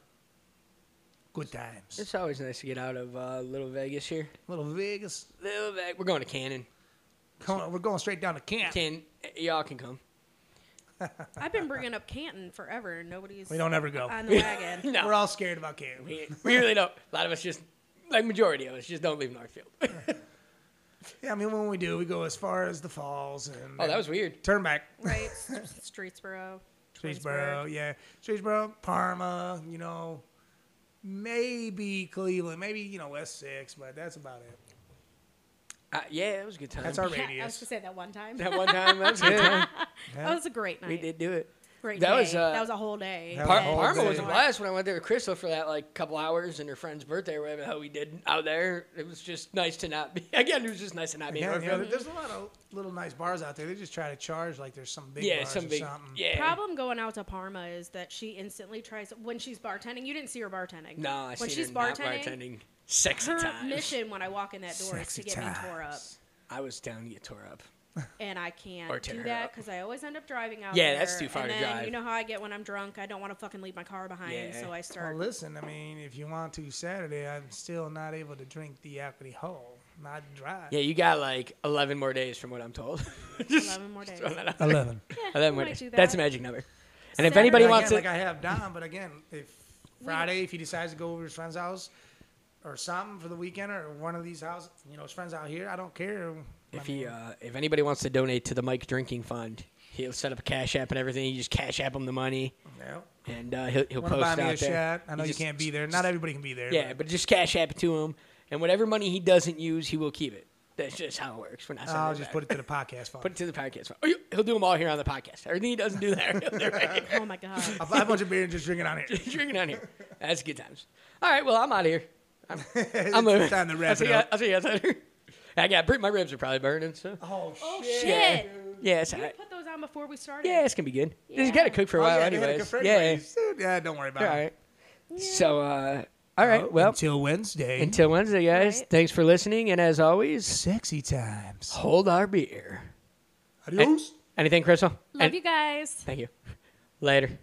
Speaker 2: good times.
Speaker 4: It's always nice to get out of uh, Little Vegas here.
Speaker 2: Little Vegas.
Speaker 4: Little Vegas. We're going to Cannon.
Speaker 2: Come on, we're going straight down to camp.
Speaker 4: Can y'all can come?
Speaker 5: I've been bringing up Canton forever and nobody's
Speaker 2: We don't ever go.
Speaker 5: on the wagon.
Speaker 4: No,
Speaker 2: We're all scared about camp.
Speaker 4: we, we really don't. A lot of us just, like majority of us, just don't leave Northfield. Oh,
Speaker 2: Yeah, I mean, when we do, we go as far as the falls and.
Speaker 4: oh, that was weird.
Speaker 2: Turn back.
Speaker 5: right? Streetsboro.
Speaker 2: Streetsboro, yeah. Streetsboro, Parma, you know, maybe Cleveland, maybe, you know, West 6, but that's about it.
Speaker 4: Uh, yeah, it was a good time.
Speaker 2: That's our
Speaker 5: Yeah, I was
Speaker 2: radius.
Speaker 5: gonna say that one time.
Speaker 4: that one time. That was a good time.
Speaker 5: That was a great night.
Speaker 4: We did do it.
Speaker 5: Great
Speaker 4: That
Speaker 5: day.
Speaker 4: was, uh,
Speaker 5: that was a whole day.
Speaker 2: That
Speaker 4: Par-
Speaker 2: was a whole
Speaker 4: Parma was a
Speaker 2: day.
Speaker 4: blast when I went there with Crystal for that like couple hours and her friend's birthday, or whatever the hell we did out there. It was just nice to not be. Again, it was just nice to not be. in
Speaker 2: Yeah, you know,
Speaker 4: Northfield.
Speaker 2: there's a lot of little nice bars out there. They just try to charge like there's some big
Speaker 4: yeah,
Speaker 2: bars
Speaker 4: some
Speaker 2: or
Speaker 4: big.
Speaker 2: something.
Speaker 4: Yeah.
Speaker 5: Problem going out to Parma is that she instantly tries when she's bartending. You didn't see her bartending.
Speaker 4: No, I
Speaker 5: when
Speaker 4: seen
Speaker 5: she's
Speaker 4: her not
Speaker 5: bartending,
Speaker 4: bartending. Sexy
Speaker 5: her
Speaker 4: times.
Speaker 5: mission when I walk in that door
Speaker 2: Sexy
Speaker 5: is to get me tore up,
Speaker 2: times.
Speaker 4: I was down to get tore up.
Speaker 5: and I
Speaker 4: Or
Speaker 5: can't
Speaker 4: tear
Speaker 5: do
Speaker 4: her
Speaker 5: that
Speaker 4: up.
Speaker 5: because I always end up driving out.
Speaker 4: Yeah, that's
Speaker 5: there,
Speaker 4: too far
Speaker 5: and
Speaker 4: to
Speaker 5: then
Speaker 4: drive.
Speaker 5: You know how I get when I'm drunk. I don't want to fucking leave my car behind,
Speaker 4: Yeah.
Speaker 5: so I
Speaker 2: Well,
Speaker 5: start.
Speaker 2: listen, I mean, if you want to Saturday, I'm still not able to drink the alcohol, not drive.
Speaker 4: Yeah, you got like 11 more days from what I'm told. Just
Speaker 5: 11 more
Speaker 4: throwing
Speaker 5: days.
Speaker 4: that out there.
Speaker 2: 11.
Speaker 5: Yeah,
Speaker 4: Eleven
Speaker 5: we
Speaker 4: more
Speaker 5: might
Speaker 4: days.
Speaker 5: do
Speaker 4: That's a
Speaker 5: that.
Speaker 4: magic number. And if anybody
Speaker 5: Saturday.
Speaker 4: wants
Speaker 2: again,
Speaker 4: to,
Speaker 2: like I have Don, but again, if Friday, if he decides to go over to his friend's house or something for the weekend or one of these houses, you know, his friends out here, I don't care.
Speaker 4: if he, uh, if anybody wants to donate to the Mike Drinking Fund, he'll set up a Cash App and everything. You just Cash App him the money,
Speaker 2: yeah.
Speaker 4: and uh, he'll he'll
Speaker 2: Want
Speaker 4: post
Speaker 2: to buy
Speaker 4: out
Speaker 2: me a
Speaker 4: there.
Speaker 2: shot? I know you,
Speaker 4: just-
Speaker 2: can't be there. Not everybody can be there.
Speaker 4: Yeah,
Speaker 2: but-
Speaker 4: but just Cash App it to him, and whatever money he doesn't use, he will keep it. That's just how it works. We're not. sending
Speaker 2: I'll
Speaker 4: it
Speaker 2: just
Speaker 4: back.
Speaker 2: put it to the podcast fund.
Speaker 4: Put it to the podcast. fund. Oh, you- he'll do them all here on the podcast. Everything he doesn't do there, he'll do right here.
Speaker 5: Oh my god.
Speaker 2: I'll buy a bunch of beer and just drink it on here.
Speaker 4: drinking on here. That's good times. All right, well, I'm out of here. I'm, I'm leaving.
Speaker 2: time to wrap
Speaker 4: I'll see
Speaker 2: it
Speaker 4: you-
Speaker 2: up.
Speaker 4: I'll see you guys later. I got my ribs are probably burning. So
Speaker 2: Oh,
Speaker 5: Oh
Speaker 2: shit.
Speaker 5: shit!
Speaker 4: yeah, it's all
Speaker 5: You
Speaker 4: right.
Speaker 5: put those on before we started.
Speaker 4: Yeah, it's gonna be good. He's
Speaker 5: Yeah.
Speaker 4: got to cook for a
Speaker 2: Oh,
Speaker 4: while,
Speaker 2: yeah, they had a
Speaker 4: anyways.
Speaker 2: Confederate
Speaker 4: Yeah,
Speaker 2: race. Dude, yeah, don't worry about
Speaker 4: all
Speaker 2: it.
Speaker 4: right. So, uh, all
Speaker 2: Oh,
Speaker 4: right. Well,
Speaker 2: until Wednesday,
Speaker 4: until Wednesday, guys.
Speaker 5: Right.
Speaker 4: Thanks for listening, and as always,
Speaker 2: sexy times.
Speaker 4: hold our beer.
Speaker 2: Adios.
Speaker 4: Anything, Crystal?
Speaker 5: Love you guys.
Speaker 4: Thank you. Later.